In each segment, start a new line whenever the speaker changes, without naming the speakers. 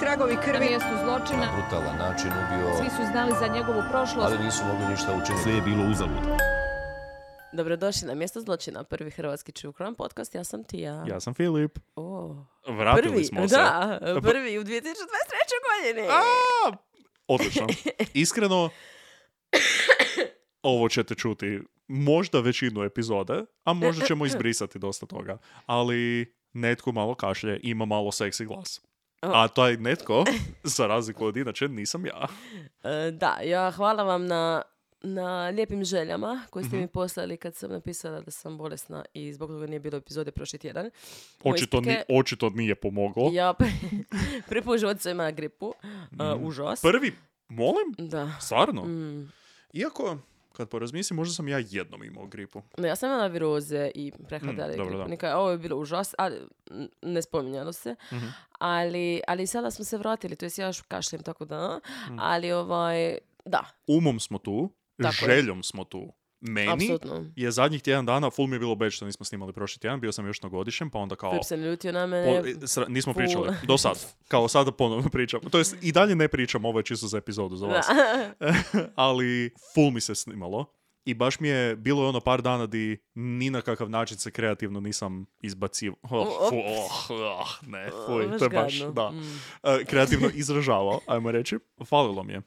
tragovi
Na
krvi.
mjestu zločina
brutalan način
svi
ubio,
su znali za njegovu prošlost.
ali nisu mogli ništa učiniti.
Sve je bilo uzalud.
Dobrodošli na mjesto zločina, prvi hrvatski true crime podcast, ja sam Tija.
Ja sam Filip.
O,
Vratili
prvi,
smo se.
da,
Pa-
prvi u 2023. godini.
A, odlično. Iskreno, ovo ćete čuti možda većinu epizode, a možda ćemo izbrisati dosta toga. Ali netko malo kašlje, ima malo seksi glas. A taj netko, za razliku od inače, nisam ja.
E, da, ja hvala vam na, na lijepim željama koje ste
Mhm.
mi poslali kad sam napisala da sam bolesna i zbog toga nije bilo epizode prošli tjedan. Moje
Očito, ni,
stike-
očito nije pomoglo.
Ja pre- prvi put u životu sam imala gripu, e,
Mhm.
užas.
Prvi, molim?
Da.
Stvarno?
Mm.
Iako, kad porazmislim, možda sam ja jednom imao gripu.
No, ja sam imala viroze i prehlada,
Mm,
ali
dobro, da.
gripnika. Ovo je bilo užas, ali n- ne spominjalo se.
Mhm.
Ali, ali sada smo se vratili, to jest ja još kašljem, tako da.
Mhm.
Ali ovaj, da,
Umom smo tu,
Tako je.
željom smo tu. Meni
apsolutno.
je zadnjih tjedan dana, ful mi je bilo beč što nismo snimali prošli tjedan, bio sam još na godišnjem, pa onda kao...
Filip se ne ljutio na mene.
po- sra- nismo
ful.
pričali, do sad. Kao sada ponovno pričamo. To jest, i dalje ne pričam, ovo je čisto za epizodu za vas.
Da.
Ali ful mi se snimalo. I baš mi je bilo je ono par dana di ni na kakav način se kreativno nisam izbacio. Oh,
O, op.
fu, oh, ah, ne, fuj,
Baš
to je baš,
gadno.
da.
Mm.
E, kreativno izražavao, ajmo reći. Falilo mi je.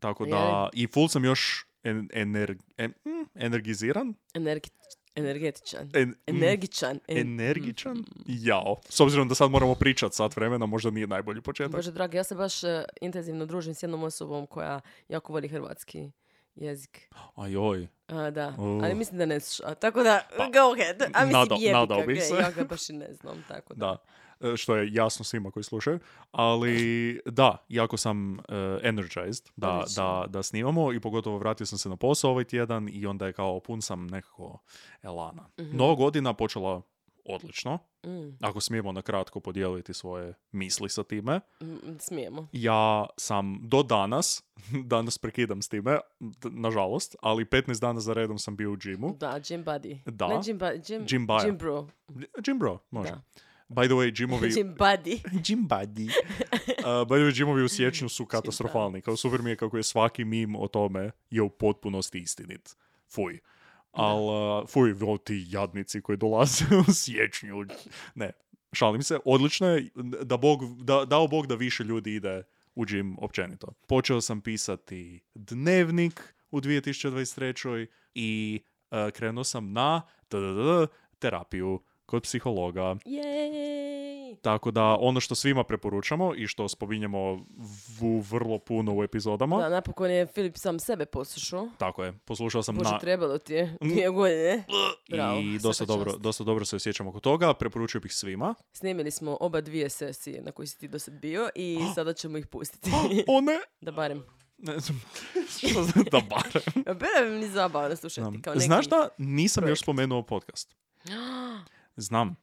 Tako da, i full sam još en- ener- en- mm, energiziran,
Energi- energetičan.
en- mm,
Energičan. E, En-
energičan, jao. S obzirom da sad moramo pričat sat vremena, možda nije najbolji početak.
Bože dragi, ja se baš eh, intenzivno družim s jednom osobom koja jako voli hrvatski jezik.
Ajoj.
A, da,
Uh.
ali mislim da ne sluša. Tako da,
Pa,
go ahead. A mislim,
nadao-
jebi ga,
nadao bi
ge,
se.
Ja ga baš i ne znam, tako da.
Da. E, Što je jasno svima koji slušaju, ali da, jako sam e, energized da,
Odlično.
da, da snimamo i pogotovo vratio sam se na posao ovaj tjedan i onda je kao pun sam nekako elana. Nova godina počela odlično,
Mm,
ako smijemo na kratko podijeliti svoje misli sa time.
mm, smijemo.
Ja sam do danas, danas prekidam s time, d- nažalost, ali 15 dana za redom sam bio u gymu.
Da, Jim Buddy.
Da.
Ne Jim Buddy, Jim,
Jim Baja.
Jim Bro.
Gym bro, može.
Da.
By the way, gymovi...
Jim Buddy.
Gym buddy. Uh, by the way, gymovi u siječnju su katastrofalni. Kao super mi je kako je svaki mim o tome je u potpunosti istinit. Fuj. Al, uh, fuj, vo, ti jadnici koji dolaze u siječnju. Ne, šalim se. Odlično je da Bog, da, dao Bog da više ljudi ide u gym općenito. Počeo sam pisati dnevnik u 2023. i uh, krenuo sam na tdd, terapiju kod psihologa.
Jej!
Tako da ono što svima preporučamo i što spominjemo u vrlo puno u epizodama,
Da, napokon je Filip sam sebe poslušao.
tako je, poslušao sam
Bože,
na...
trebalo ti je dvije godine. Bravo,
I
svaka
dosta dobro,
čast.
dosta dobro se osjećam oko toga, preporučio bih svima.
Snimili smo oba dvije sesije na koji si ti dosad bio i sada ćemo ih pustiti.
O ne!
da barem.
Ne znam, što za- da barem.
Bilo bi mi zabavno slušati. Kao neki...
Znaš da nisam još spomenuo podcast? Znam.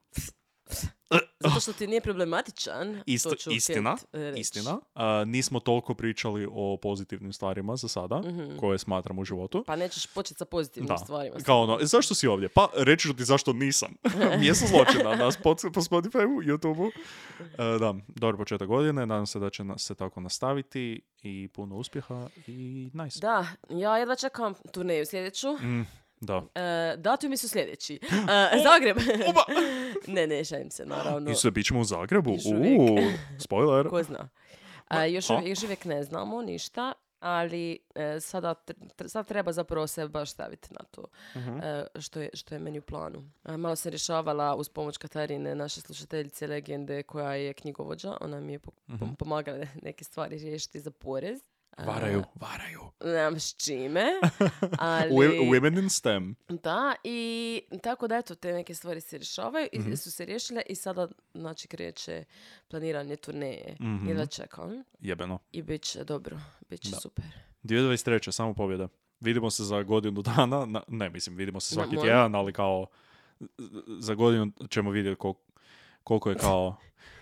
Zato što ti nije problematičan.
Ist-
to ću
istina,
opet, e, reći.
istina. A, nismo toliko pričali o pozitivnim stvarima za sada,
Mhm.
koje smatram u životu.
Pa nećeš početi sa pozitivnim
Da,
stvarima.
kao ono, zašto si ovdje? Pa, reći ću ti zašto nisam. Mjesto zločina na spot, po Spotify-u, YouTube-u. E, da, dobar početak godine, nadam se da će nas se tako nastaviti i puno uspjeha i nice.
Da, ja jedva čekam turneju sljedeću.
Mm, da.
E, datumi su sljedeći. E, Zagreb. ne, ne, šalim se, naravno.
I sve bit ćemo u Zagrebu.
Još uvijek.
Uuu, spoiler.
Ko zna. E, još,
a?
uvi- još uvijek ne znamo ništa, ali e, sada, tr- tr- sad treba zapravo se baš staviti na to
Mhm.
e, što, je, što je meni u planu. E, malo sam rješavala uz pomoć Katarine, naše slušateljice legende koja je knjigovođa. Ona mi je po-
Mhm.
pom- pomagala ne- neke stvari riješiti za porez. E,
Varaju, varaju.
Nemam s čime, ali...
Wi- Women in STEM.
Da, i tako da eto, te neke stvari se rješavaju i
Mhm.
su se riješile i sada, znači, kreće planiranje turneje.
Mhm.
Jedva čekam
Jebeno.
i bit će dobro, bit će
Da.
super.
2023. samo pobjeda. Vidimo se za godinu dana, na- ne mislim, vidimo se svaki
molim.
tjedan, ali kao za godinu ćemo vidjeti kol- koliko je kao...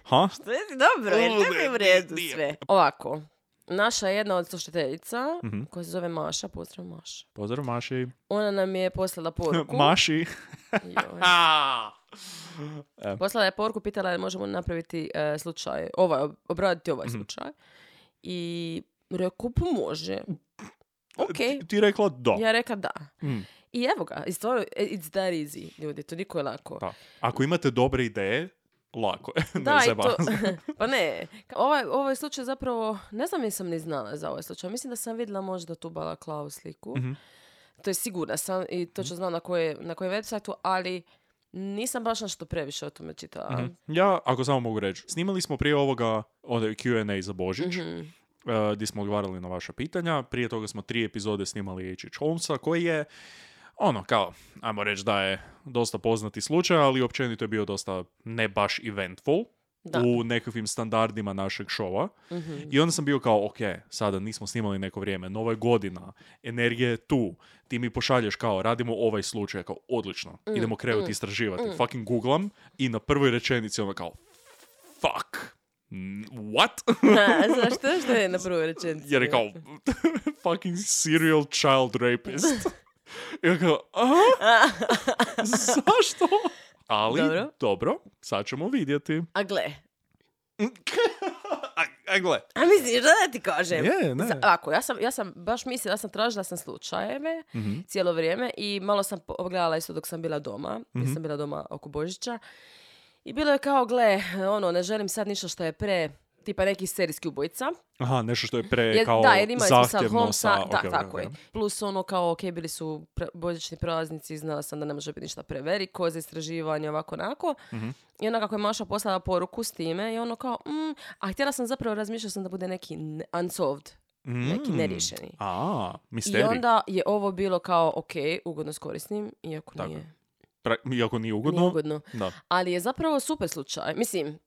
Ha?
To je dobro,
je li tebi u redu sve?
Ovako, naša jedna od slušateljica,
Mhm.
koja se zove Maša, pozdrav Maša.
Pozdrav Maši.
Ona nam je poslala poruku.
Maši.
Joj.
E.
Poslala je poruku, pitala je možemo napraviti e, slučaj, ovaj, ob- obraditi
Mhm.
ovaj slučaj. I rekao, pa može. Ok.
Ti, ti rekla da.
Ja rekla da.
Mm.
I evo ga, i stvarno, e, it's that easy, ljudi, to niko je lako.
Da. Ako imate dobre ideje, lako je. Pa, ne
Da, i
zajebam
to,
se.
pa ne, Ka- ovaj, ovaj slučaj zapravo, ne znam jesam ni znala za ovaj slučaj, mislim da sam vidjela možda tu balaklavu sliku,
Mhm.
to je sigurna sam i točno znam na koje, na kojem websiteu, ali nisam baš nešto previše o tome čitala.
Mhm. Ja, ako samo mogu reći, snimali smo prije ovoga onda je Q&A za Božić,
Mhm.
eh, gdje smo odgovarali na vaša pitanja. Prije toga smo tri epizode snimali H.H. Holmesa, koji je, ono, kao, ajmo reći da je dosta poznati slučaj, ali općenito je bio dosta ne baš eventful
Da.
u nekakvim standardima našeg šova.
Mhm.
I onda sam bio kao, ok, sada nismo snimali neko vrijeme, nova je godina, energija je tu, ti mi pošalješ kao, radimo ovaj slučaj, kao, odlično,
Mm,
idemo krenuti istraživati. Fucking googlam i na prvoj rečenici ono kao, fuck, n- what?
Zašto? Što je na prvoj rečenici?
Jer je kao, fucking serial child rapist. I ja kao, a? Zašto? Ali, dobro.
Dobro.
sad ćemo vidjeti.
A gle,
a, a gle.
a misliš da ti kažem?
Je, ne.
Za- ovako, ja sam, ja sam baš mislila, ja sam tražila sam slučajeve
Mhm.
cijelo vrijeme i malo sam pogledala isto dok sam bila doma,
Mhm.
jer sam bila doma oko Božića. I bilo je kao, gle, ono, ne želim sad ništa što je pre, tipa neki serijski ubojica.
Aha, nešto što je pre
Jer-
E, kao
da, jer imali smo sad
zahtjevno
Holmesa,
sa...
da,
ok, ok,
tako
ok.
je. Plus ono kao, ok, bili su pre- božićni praznici, znala sam da ne može biti ništa preveliko za istraživanje, ovako, onako.
Mhm.
I onda kako je Maša poslala poruku s time, i ono kao, mm, a htjela sam zapravo, razmišljala sam da bude neki ne- unsolved, neki
Mm.
neriješeni.
A,
I
misterij.
onda je ovo bilo kao, ok, ugodno s korisnim, iako
Tako je.
nije,
Pra- iako nije ugodno.
nije ugodno.
Da.
Ali je zapravo super slučaj. Mislim,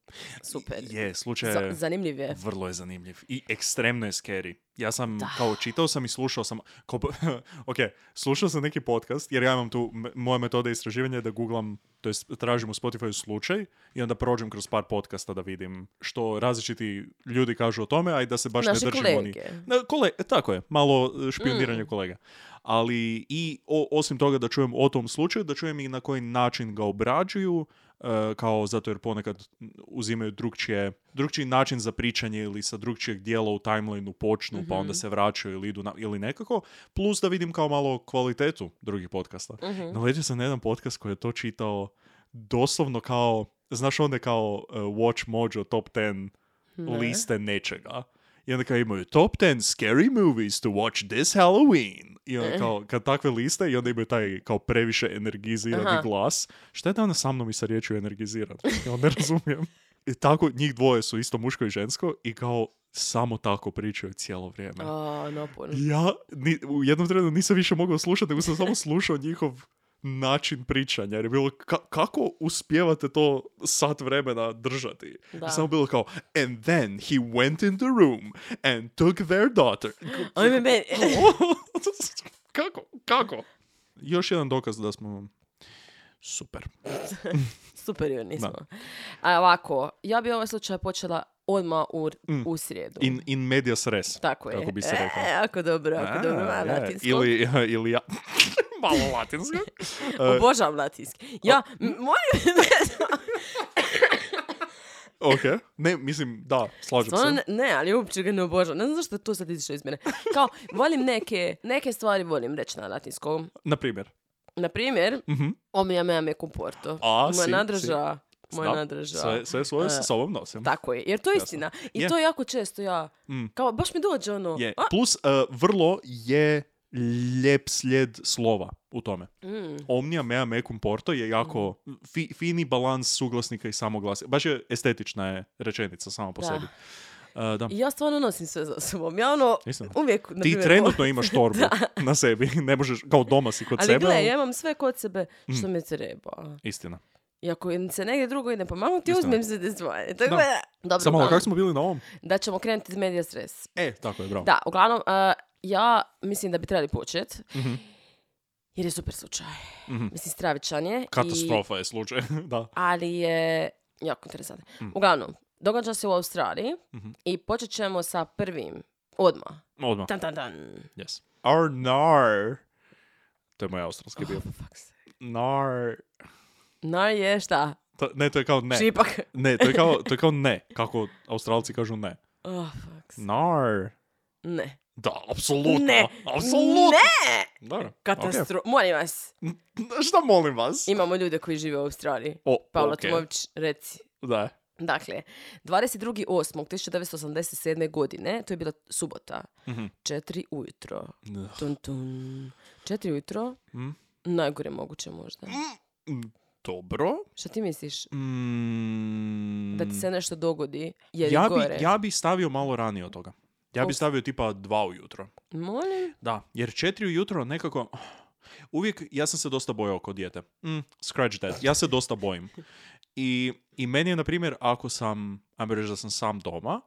super.
Je, slučaj
Za-
je
zanimljiv je.
vrlo je zanimljiv i ekstremno je scary. Ja sam
Da.
kao čitao sam i slušao sam, kao, ok, slušao sam neki podcast jer ja imam tu, m- moja metoda istraživanja je da googlam, to jest tražim u Spotify slučaj i onda prođem kroz par podcasta da vidim što različiti ljudi kažu o tome, a i da se baš
Naši
ne držimo
kolege.
ni- Mhm. Na, kole, tako je, malo e, špioniranje kolega. Ali i o- osim toga da čujem o tom slučaju, da čujem i na koji način ga obrađuju, e, kao zato jer ponekad uzimaju drugčije, drugčiji način za pričanje ili sa drugčijeg dijela u timelineu počnu, pa onda se vraćaju ili idu na, ili nekako, plus da vidim kao malo kvalitetu drugih podcasta.
Mhm.
Naletio sam na jedan podcast koji je to čitao doslovno kao, znaš onda kao e, Watch Mojo Top 10 liste nečega. I onda kao imaju top 10 scary movies to watch this Halloween. I onda kao, kad takve liste, i onda imaju taj kao previše energizirani
Aha.
glas. Šta je danas sa mnom i sa riječju energiziran? Ja ne razumijem. I tako, njih dvoje su isto muško i žensko i kao samo tako pričaju cijelo vrijeme.
A, naporno.
Ja ni, u jednom trenutku nisam više mogao slušati, nego sam samo slušao njihov način pričanja, jer je bilo ka- kako uspijevate to sat vremena držati.
Da.
Samo bilo kao, and then he went in the room and took their daughter.
Ajme, meni-
kako? Kako? Još jedan dokaz da smo super.
Super ju nismo. A ovako, ja bi ovaj slučaj počela odmah u, u srijedu.
In, in medias res.
Tako je.
Mm. Kako bi se rekao.
E, jako dobro, jako
A,
dobro.
je.
Malo latinsko.
Ili, ili ja. Malo latinsko. e,
Obožavam latinski. Ja, m- molim,
Ok, ne, mislim, da, slažem
stvarno
se.
Ono ne, ne, ali uopće ga ne obožavam. Ne znam zašto je to sad izišlo iz mene. Kao, volim neke, neke stvari volim reći na latinskom.
Na primjer.
Na primjer,
Mhm.
omija mea me comporto.
A,
moja
si,
nadraža. Moja
Da,
nadraža.
Sve, sve svoje sa
E,
sobom nosim.
Tako je, jer to je
Jasno.
istina. I
Je.
to jako često ja,
Mm.
kao, baš mi dođe ono.
Je.
a,
Plus, e, vrlo je lijep slijed slova u tome.
mm, Mhm.
Omnia mea mecum porto je jako fi- fini balans suglasnika i samoglasa. Baš je estetična je rečenica sama po
Da.
sebi. E, da.
I ja stvarno nosim sve za sobom. Ja ono,
Istina.
uvijek... na
Ti
primjer,
trenutno imaš torbu na sebi. Ne možeš, kao doma si kod
Ali
sebe. ono? Mm.
gle,
ali-
ja imam sve kod sebe što mi treba.
Istina.
I ako se negdje drugo idem pomagati,
Istina.
uzmem se te stvari. Tako
Da.
da. Dobro,
Samo malo,
uglavnom,
kako smo bili na ovom?
da ćemo krenuti iz medija stres.
E, tako je, bravo.
Da, uglavnom, eh, ja mislim da bi trebali početi.
Mhm.
Jer je super slučaj.
Mhm.
Mislim, stravičan je. i-
Katastrofa je slučaj. da.
ali je jako interesantno.
Mhm.
Uglavnom, događa se u Australiji i počet ćemo sa prvim odmah.
Odmah.
Tan, tan, tan.
Yes. Arnar. To je moj australski bio.
For fuck's sake.
Oh, Nar...
Oh, No je šta?
To- ne, to je kao ne.
Šipak.
Ne, to je kao, to je kao ne. Kako australci kažu ne.
Oh, fuck.
Nar.
Ne.
Da, apsolutno.
Ne.
Apsolutno.
Ne!
Dobro.
Katastro... Molim vas,
okej. Šta molim vas?
imamo ljude koji žive u Australiji.
O,
Paula
okej.
Tomović, reci.
Da.
Dakle, 22.8.1987. godine, to je bila subota,
Mhm.
četiri ujutro.
Da.
Tun, tun. Četiri ujutro,
Mm.
najgore moguće možda.
Dobro.
Šta ti misliš?
Mm,
Da ti se nešto dogodi, jer
ja
je
bi,
gore.
ja bi stavio malo ranije od toga. Ja bi
Uf.
stavio tipa dva ujutro.
Molim?
Da, jer četiri ujutro nekako... Uvijek, ja sam se dosta bojao kod dijete. Mm, scratch that. Ja se dosta bojim. I, I meni je, na primjer, ako sam, ajmo reći da sam sam doma,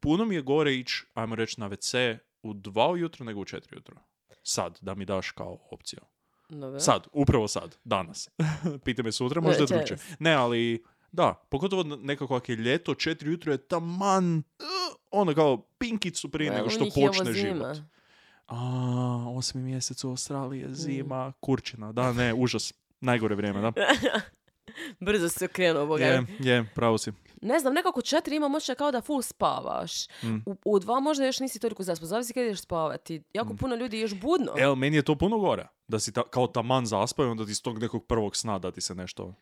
puno mi je gore ići, ajmo reći, na WC u dva ujutro nego u četiri ujutro. Sad, da mi daš kao opciju.
Dobro.
Sad, upravo sad, danas. Pite me sutra, možda je drugče.
Večeras.
Ne, ali da, pogotovo nekako ako je ljeto, četiri jutro je taman, eh, ono kao pinkicu prije
Ma,
nego
u
što
njih je ovo
počne život.
zima.
A, osmi mjesec u Australiji je zima, kurčina, da ne, užas. Najgore vrijeme, da.
Brzo se okrenuo, boga.
Je, je, pravo si.
Ne znam, nekako četiri imam osjećaj kao da full spavaš.
Mm.
U, u dva možda još nisi toliko zaspao. Zavisi kada ideš spavati. Jako
Mm.
puno ljudi je još budno.
El, meni je to puno gore. Da si ta- kao taman zaspao i onda ti iz tog nekog prvog sna da ti se nešto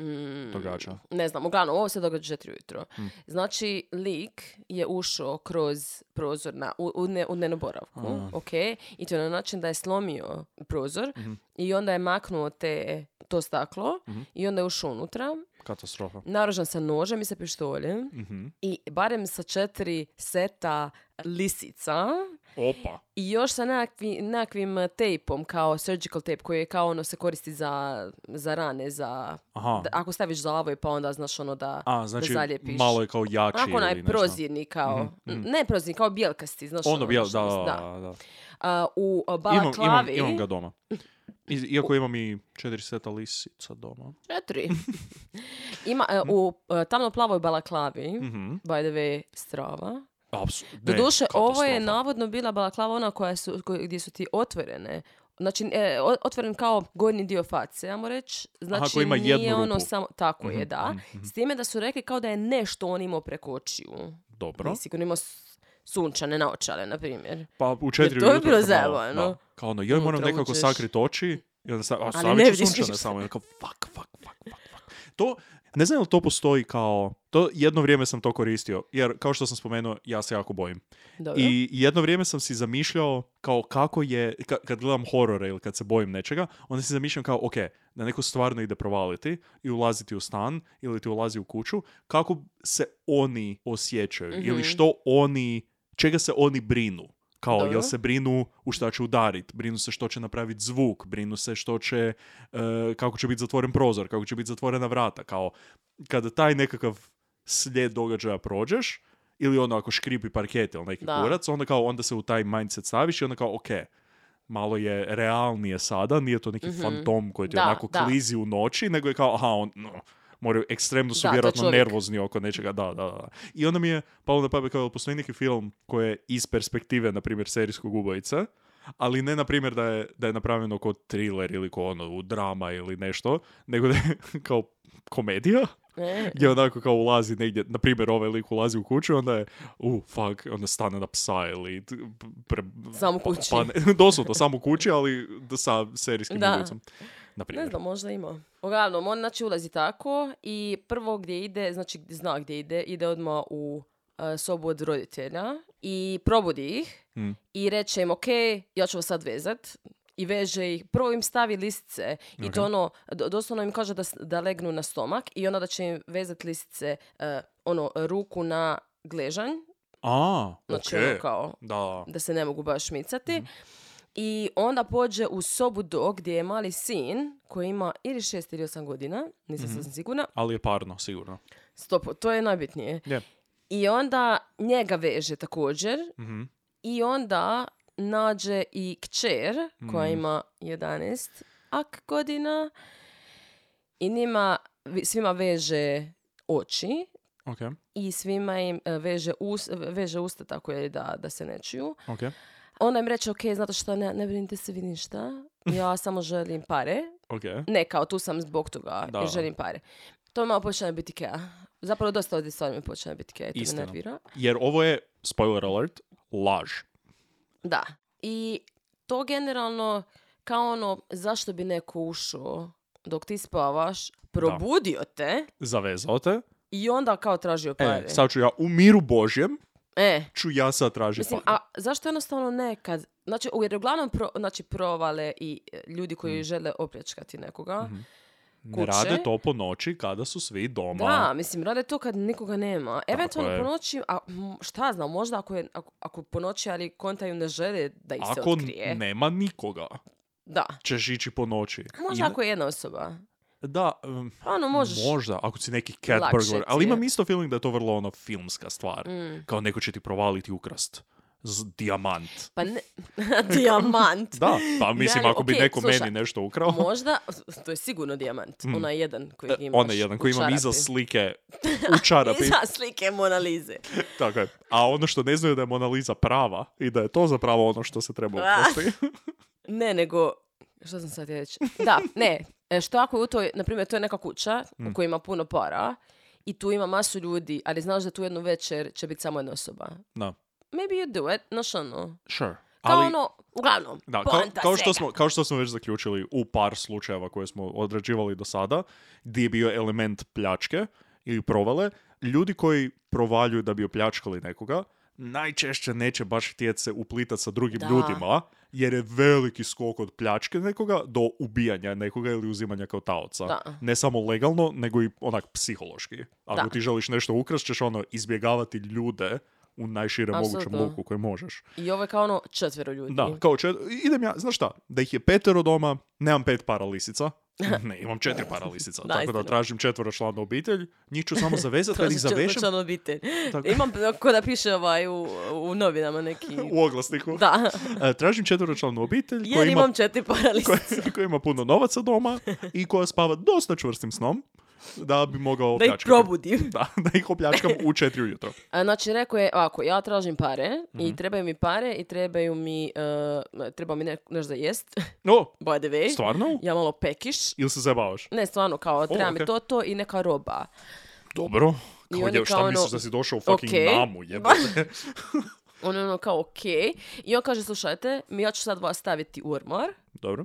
Mm,
događa. Mm.
ne znam, uglavnom, ovo se događa četiri ujutro. Znači, lik je ušao kroz prozor na, u, u, ne, u dnevnu boravku,
A.
ok? I to na način da je slomio prozor
Mhm.
i onda je maknuo te, to staklo i onda je ušao unutra,
Katastrofa.
naoružan sa nožem i sa pištoljem
Mhm.
i barem sa četiri seta lisica
Opa.
i još sa nekakvi, nekakvim eh, tejpom, kao surgical tape koji je kao ono se koristi za, za rane, za
Aha.
da- ako staviš zavoj pa onda znaš ono da,
A, znači
da zaljepiš.
malo je kao jači
Onako
ili
onaj
nešto. Mhm,
prozirni kao, ne prozirni, kao bijelkasti, znaš
Ono bijel, da,
što mislim, Pa,
da, da.
A, u a,
Imam, imam,
balaklavi,
imam ga doma. I- Iako imam i četiri seta lisica doma.
četiri. Ima, e, u e, tamno-plavoj balaklavi,
Mhm.
by the way, strava.
Apsu- ne,
Doduše, ovo je
katastrofa.
navodno bila balaklava ona koja su, ko- gdje su ti otvorene. Znači, e, o- otvoren kao gornji dio face, ajmo reći. Znači,
koji ima
nije
jednu
ono
rupu.
samo... Tako je,
Mhm,
da. S time da su rekli kao da je nešto on imao preko očiju.
Dobro.
Nije sigurno imao s- sunčane naočale, na primjer.
Pa u četiri
to je
ujutro
bilo
sam malo,
zajebano.
da. Kao ono, joj moram
Unutra
nekako
uđeš.
sakrit oči. I onda sa, a
ne
stavit ću
vidiš
sunčane
ništa.
samo. I onda kao, fuck, fuck, fuck, fuck, fuck. To, ne znam je li to postoji kao, to jedno vrijeme sam to koristio, jer kao što sam spomenuo, ja se jako bojim.
Dobro.
I jedno vrijeme sam si zamišljao kao kako je, ka- kad gledam horore ili kad se bojim nečega, onda si zamišljam kao, ok, da neko stvarno ide provaliti i ulaziti u stan ili ti ulazi u kuću, kako se oni osjećaju
Mhm.
ili što oni, čega se oni brinu. Kao,
Dobro.
jel se brinu u šta će udarit, brinu se što će napraviti zvuk, brinu se što će, e, kako će biti zatvoren prozor, kako će biti zatvorena vrata, kao kada taj nekakav slijed događaja prođeš, ili ono ako škripi parket ili neki
Da.
kurac, onda kao onda se u taj mindset staviš i onda kao ok, malo je realnije sada, nije to neki fantom koji ti
Mhm. Da,
onako
da.
klizi u noći, nego je kao aha, on, no, moraju, ekstremno su
Da, to je
vjerojatno
čovjek.
nervozni oko nečega, da, da, da. I onda mi je palo na pamet kao jel postoji neki film koji je iz perspektive, na primjer, serijskog ubojica, ali ne na primjer da je, da je napravljeno kao thriller ili kao ono, u drama ili nešto, nego da je kao komedija
E,
gdje onako kao ulazi negdje, na primjer ovaj lik ulazi u kuću, onda je, u, fuck, onda stane na psa ili... t- Pre,
Sam u
pa-
kući.
padne. doslovno, samo u kući, ali d- sa serijskim
Da.
ubojicom. Na
Ne
primjer.
znam, možda ima. Uglavnom, on znači ulazi tako i prvo gdje ide, znači zna gdje ide, ide odmah u e, sobu od roditelja i probudi ih
Mm.
i reče im, ok, ja ću vas sad vezat. I veže ih, prvo im stavi listice i to
Ok.
ono, do- doslovno im kaže da, s- da legnu na stomak i onda da će im vezat listice, e, ono, ruku na gležanj,
A,
znači
okej.
ono kao
Da.
da se ne mogu baš micati. I onda pođe u sobu do gdje je mali sin koji ima ili šest ili osam godina, nisam sasvim sigurna,
Ali je parno, sigurno.
stopo, to je najbitnije.
Je.
I onda njega veže također
Mhm.
i onda nađe i kćer koja ima 11 ak godina i njima vi- svima veže oči
Ok,
i svima im e, veže, us, veže usta tako je da, da se ne čuju.
ok.
Ona im reče, ok, znate što, ne, ne brinite se vi ništa. Ja samo želim pare.
Ok.
Ne, kao tu sam zbog toga
Da.
jer želim pare. To mi malo počinje biti kea. Zapravo dosta od tih stvari mi počinje biti kea i to me
Istina.
nervira.
Jer ovo je, spoiler alert, laž.
Da. I to generalno kao ono, zašto bi neko ušao dok ti spavaš, probudio te
Zavezao te.
i onda kao tražio
E,
pare.
sad ću ja u miru Božjem,
E,
ću ja sad pa- tražiti
Mislim, a zašto jednostavno nekad, znači, u- jer uglavnom pro, znači, provale i e, ljudi koji žele opljačkati nekoga.
Mm. Mhm. Ne
kuće.
rade to po noći kada su svi doma.
Da, mislim, rade to kad nikoga nema. Eventualno
je.
po noći, a m, šta ja znam, možda ako, je, ako, ako po noći, ali kontaju ne žele da ih se
Ako n-
otkrije.
nema nikoga,
Da.
ćeš ići po noći.
Možda
Ili-
ako je jedna osoba.
Da, um,
Pa ono, možeš.
možda, ako si neki cat
Lakše
burglar.
ti
Ali
je. Mm.
imam isto feeling da je to vrlo ono filmska stvar. Kao neko će ti provaliti ukrast. Z dijamant.
Pa ne, dijamant.
Da, pa mislim,
ali,
ako bi
okej,
neko
slušaj,
meni nešto ukrao,
Možda, to je sigurno dijamant. Onaj jedan koji imaš
Mm. E, onaj jedan koji
u
imam iza
čarapi.
slike u čarapi.
Iza slike Mona Lise.
Tako je. A ono što ne znaju da je Mona Lisa prava i da je to zapravo ono što se treba
Ah.
ukrasti.
Ne, nego... Što sam sad reći? Da, ne. e, Što ako je u toj... Naprimjer, to je neka kuća
Mm.
u kojoj ima puno para i tu ima masu ljudi, ali znaš da tu jednu večer će biti samo jedna osoba.
Da,
Maybe you do it. Znaš ono...
sure.
Kao ono, uglavnom,
Da, kao,
poanta
kao što
svega.
smo, kao što smo već zaključili u par slučajeva koje smo odrađivali do sada, gdje je bio element pljačke ili provale, ljudi koji provaljuju da bi opljačkali nekoga, najčešće neće baš htjeti se uplitati sa drugim
Da.
ljudima, jer je veliki skok od pljačke nekoga do ubijanja nekoga ili uzimanja kao taoca.
Da.
Ne samo legalno, nego i onak psihološki. Ako
Da.
ti želiš nešto ukrast, ćeš ono izbjegavati ljude u najširem mogućem
Apsolutno.
luku koji možeš.
I ovo je kao ono četvero ljudi.
Da, kao čet... idem ja, znaš šta, da ih je petero doma, nemam pet para lisica, ne, imam četiri para lisica,
Da,
tako da
istina.
tražim četvoročlanu obitelj, njih ću samo zavezati, kad ih
Četveročlana
zavežem
obitelj.
Tako.
Imam ko da piše ovaj u, u novinama neki...
u oglasniku.
Da,
E, Tražim četvoročlanu obitelj koja
jer
ima,
imam četiri paralisa.
koja, koja ima puno novaca doma i koja spava dosta čvrstim snom, da bi mogao
Da ih
opljačkati.
probudim.
Da, da ih opljačkam u četiri ujutro.
A, Znači, rekao je, ako ja tražim pare
Mhm.
i trebaju mi pare i trebaju mi, e, treba mi ne, nešto za jest,
O,
by the way.
stvarno?
Ja malo pekiš.
Ili se zabavaš?
Ne, stvarno, kao, treba mi
okej.
to, to i neka roba.
Dobro.
I
Kao,
oni
je, šta
kao ono,
misliš da si došao u fucking
okej.
namu, jebote?
On je ono kao, okej. I on kaže, slušajte, mi ja ću sad vas staviti u ormar.
Dobro.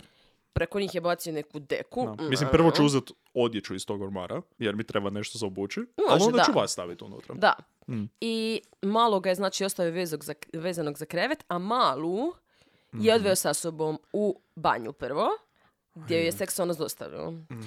Preko njih je bacio neku deku. Mm.
Da. Mislim, prvo ću uzeti odjeću iz tog ormara, jer mi treba nešto za obući, ali
Može,
onda ću
da.
vas staviti unutra.
Da.
Mm.
I malo ga je, znači, ostavio vezog za, vezanog za krevet, a malu
Mhm.
je odveo sa sobom u banju prvo, gdje ju je seksualno zlostavljao.
Mhm.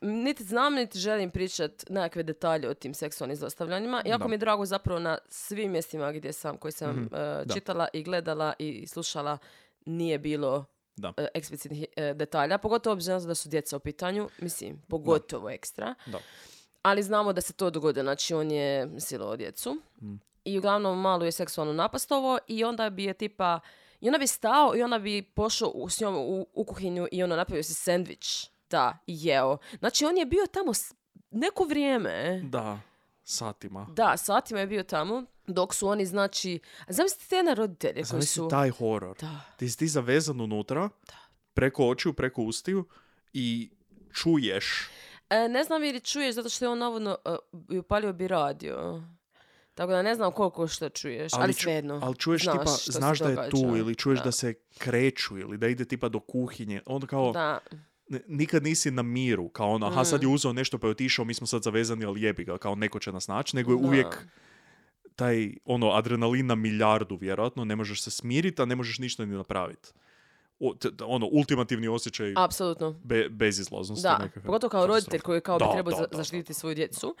Niti znam, niti želim pričat nekakve detalje o tim seksualnim zlostavljanjima. Jako
Da. Mhm.
mi je drago zapravo na svim mjestima gdje sam, koji sam e,
da.
čitala i gledala i slušala, nije bilo
Da.
e, eksplicitnih e, detalja, pogotovo obzirom da su djeca u pitanju, mislim, pogotovo ekstra.
Da.
Ali znamo da se to dogodilo, znači on je silovao djecu
Mm.
i uglavnom malo je seksualno napastovo i onda bi je tipa, i onda bi stao i onda bi pošao u, s njom u, u kuhinju i ono napravio si sendvič, da, i jeo. Znači on je bio tamo s- neko vrijeme.
Da, satima.
Da, satima je bio tamo, dok su oni, znači, a zamislite te na roditelje koji
Zamisli
su...
taj horor.
Da.
Ti si ti zavezan unutra, preko očiju, preko ustiju i čuješ.
E, ne znam je li čuješ, zato što je on navodno e, i upalio bi radio. Tako da ne znam koliko što čuješ, ali,
ču-
svejedno.
ali čuješ
znaš
tipa,
što se
znaš da je
događa.
tu ili čuješ da.
Da.
se kreću ili da ide tipa do kuhinje. Onda kao,
Da,
n- nikad nisi na miru, kao ono, aha sad je
Mm.
uzeo nešto pa je otišao, mi smo sad zavezani, ali jebi ga, kao neko će nas naći, nego je
Da.
uvijek taj ono adrenalin na milijardu vjerojatno, ne možeš se smiriti, a ne možeš ništa ni napraviti. O, t- t- ono, ultimativni osjećaj
apsolutno.
be, bezizlaznosti.
Da,
nekakve.
pogotovo kao roditelj koji kao bi
Da,
trebao
da,
za-
da,
zaštititi svoju djecu.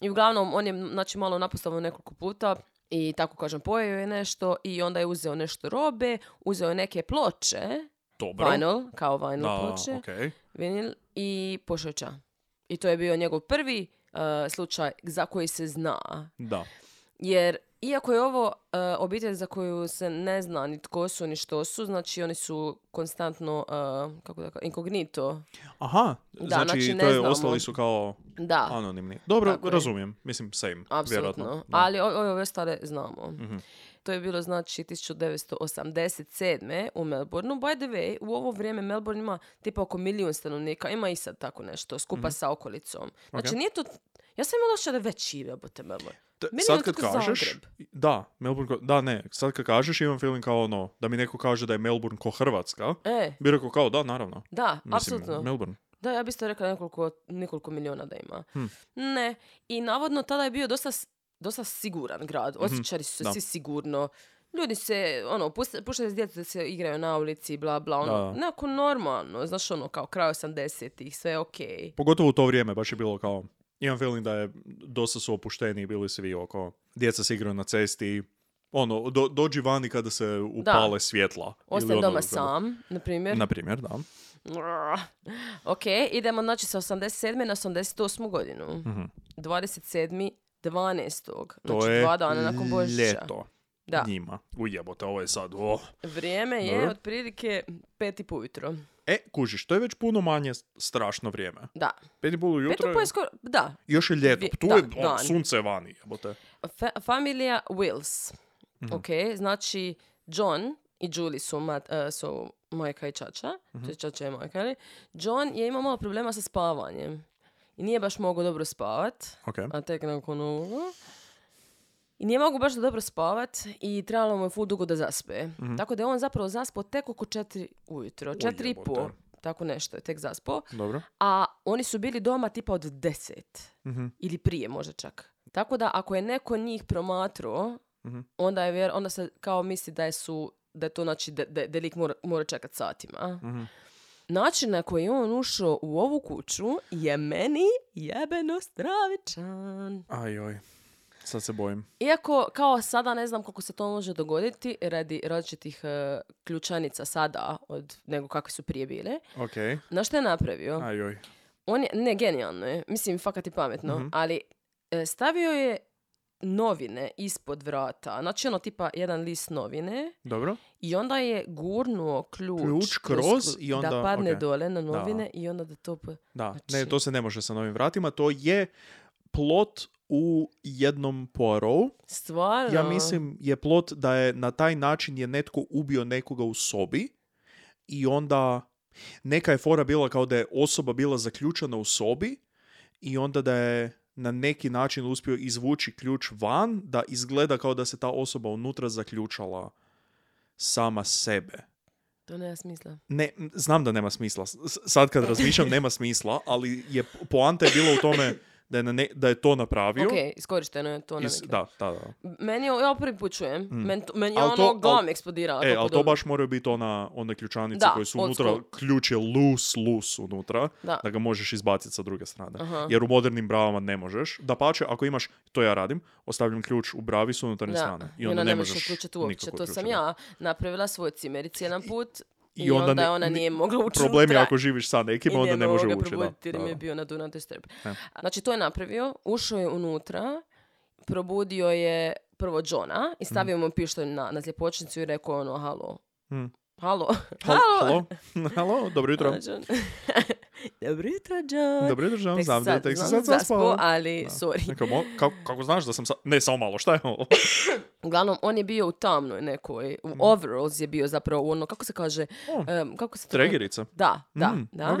I uglavnom, on je znači, malo napostavio nekoliko puta i tako kažem, pojeo je nešto i onda je uzeo nešto robe, uzeo je neke ploče,
Dobro.
vinyl, kao vinyl
Da,
ploče,
okej.
vinil i pošao je ča. I to je bio njegov prvi e, slučaj za koji se zna.
Da.
Jer iako je ovo e, obitelj za koju se ne zna ni tko su ni što su, znači oni su konstantno, e, kako da kažem, inkognito.
Aha,
Da,
znači,
znači, ne
to je,
znamo.
ostali su kao
Da,
anonimni. Dobro,
Tako je.
razumijem. Mislim, same,
apsolutno.
vjerojatno. Da.
Ali o- ove ove stare znamo.
Mhm.
To je bilo znači 1987. u Melbourneu. By the way, u ovo vrijeme Melbourne ima tipa oko milijun stanovnika. Ima i sad tako nešto, skupa sa okolicom. Znači
Mhm. Ok. nije
nije to... Ja sam imala što da već žive, bote Melbourne.
T-
Meni
sad
je
kad
otkako
kažeš,
Zagreb.
da, Melbourne, ko- da ne, sad kad kažeš imam feeling kao ono, da mi neko kaže da je Melbourne ko Hrvatska,
E,
bi rekao kao da, naravno.
da,
Mislim,
apsolutno.
Melbourne.
Da, ja bih isto rekla nekoliko, nekoliko milijuna da ima.
Hm.
Ne. I navodno tada je bio dosta, s- dosta siguran grad. Osjećali su se
Mhm, da.
svi sigurno. Ljudi se, ono, puste- puštali se djecu da se igraju na ulici, bla, bla, ono,
Da.
nekako normalno, znaš, ono, kao kraj 80-ih, sve je okej.
Pogotovo u to vrijeme baš je bilo kao, imam feeling da je dosta su opušteni bili svi oko, djeca se igraju na cesti, ono, do, dođi vani kada se upale svjetla. ili
Ostaje
ono,
doma sam, na primjer.
Na primjer, da.
Ok, idemo znači sa 87. na 88. godinu. 27. 12.
Mhm. To
znači
je
dva dana nakon Božića.
ljeto
Da.
njima. Ujebote, ovo je sad, oh.
Vrijeme je
Dobro.
otprilike pet i po ujutro.
E, kužiš, to je već puno manje strašno vrijeme.
Da.
Pet i pol
Pet
ujutro,
i po je skoro, da.
još je ljeto, pa
Dvije-
tu
da,
je o,
dan.
sunce je vani, jebote.
Fa- familija Wills. Ok, znači John i Julie su, mat, eh, su majka i čača. To je Čača i majka, ali. John je imao malo problema sa spavanjem. I nije baš mogao dobro spavat.
Ok.
a tek nakon ovoga. I nije mogu baš da dobro spavat i trebalo mu je ful dugo da zaspe. Tako da je on zapravo zaspao tek oko četiri ujutro. Četiri i
jebote.
po. Tako nešto je tek zaspao.
Dobro.
A oni su bili doma tipa od deset.
Mhm.
Ili prije možda čak. Tako da ako je neko njih promatrao,
Mhm.
onda, je, vjer- onda se kao misli da je su da je to znači da, da, da lik mora, mora čekat satima.
Mhm.
Način na koji je on ušao u ovu kuću je meni jebeno stravičan.
Ajoj, sad se bojim.
Iako, kao sada, ne znam koliko se to može dogoditi radi različitih e, ključanica sada od nego kakve su prije bile.
Ok,
Na što je napravio?
ajoj.
On je, ne, genijalno je. Mislim, fakat je pametno.
Mhm.
Ali e, stavio je novine ispod vrata. Znači, ono, tipa, jedan list novine
Dobro.
i onda je gurnuo ključ.
Ključ kroz
klu-
i onda-
Da padne
ok.
dole na novine i onda da to... po-
Da, ne,
Znači-
to se ne može sa novim vratima. To je plot u jednom Poirou.
Stvarno.
Ja mislim je plot da je na taj način je netko ubio nekoga u sobi i onda neka je fora bila kao da je osoba bila zaključana u sobi i onda da je na neki način uspio izvući ključ van da izgleda kao da se ta osoba unutra zaključala sama sebe.
To nema smisla.
Ne, m, znam da nema smisla. S- s- Sad kad razmišljam, nema smisla, ali je poanta je bila u tome da je, na ne- da je to napravio.
Ok, iskorišteno je to na
Iz-
neki
da, da, da.
Meni je, ja prvi put čujem. Meni, to- meni je
Al
ono
to- al-
glava mi eksplodirala.
E,
koliko
ali to
dobro.
baš moraju biti ona, one ključanice
Da,
koje su
old
unutra,
school.
ključ je loose, loose unutra,
Da.
da ga možeš izbaciti sa druge strane.
Aha.
Jer u modernim bravama ne možeš. Da pače, ako imaš, to ja radim, ostavljam ključ u bravi s unutarnje
Da.
strane. I onda ne možeš
uključiti uopće.
nikako
To sam
uključiti.
ja napravila svoj cimerici jedan put i,
I
onda,
onda ne-
ona
ni-
nije mogla ući
Problem je
unutra
ako živiš sa nekim, onda ne može ući. Da,
probuditi jer
da,
mi je
da.
bio na Do Not Disturb.
E.
Znači, to je napravio, ušao je unutra, probudio je prvo Johna
Mhm.
i stavio mu pištolj na, na sljepočnicu i rekao ono, halo,
Mm.
halo,
Hal- Halo, halo, dobro jutro.
A, John. Dobro jutro, John.
Dobro jutro, želim
Tek si
znam da
sad-
tek si
znam
sad
da
zaspao.
ali
Da.
sorry.
Neko, mo- kako, kako znaš da sam sa... Ne, samo malo, šta je ovo?
Uglavnom, on je bio u tamnoj nekoj, u
Mhm.
overalls je bio zapravo u ono, kako se kaže,
O,
em, kako se to-
Tregerica.
Da, da,
Mm,
da.
ok.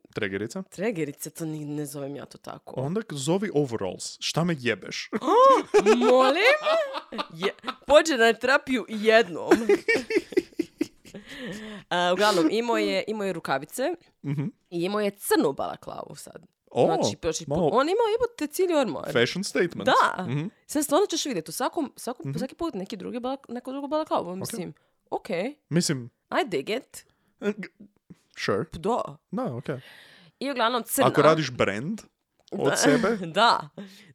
Tregerica.
tregerice, to ni, ne zovem ja to tako.
Onda zovi overalls. Šta me jebeš?
Molim? Je, pođe na terapiju jednom. A, uglavnom, imao je, imao je rukavice
Mhm.
i imao je crnu balaklavu sad.
O,
znači, prošli put.
malo
On imao, imao te cijeli ormar.
fashion statement.
Da.
Mhm.
Sad stvarno ćeš vidjeti, u svakom, svakom, svaki put neki drugi balak, neko drugo balaklavo, mislim. Ok,
Mislim,
I dig it.
Sure.
Da.
Da, okej.
I uglavnom crna.
Ako radiš brand od sebe,
da.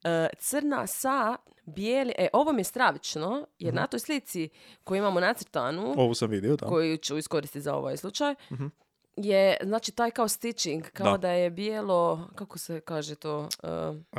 E, crna sa bijeli... E, ovo mi je stravično, jer na toj slici koju imamo nacrtanu,
Mhm. ovo sam vidio, da. Mhm.
koju ću iskoristiti za ovaj slučaj, je, znači, taj kao stitching, kao
Da.
da, je bijelo, kako se kaže to, E,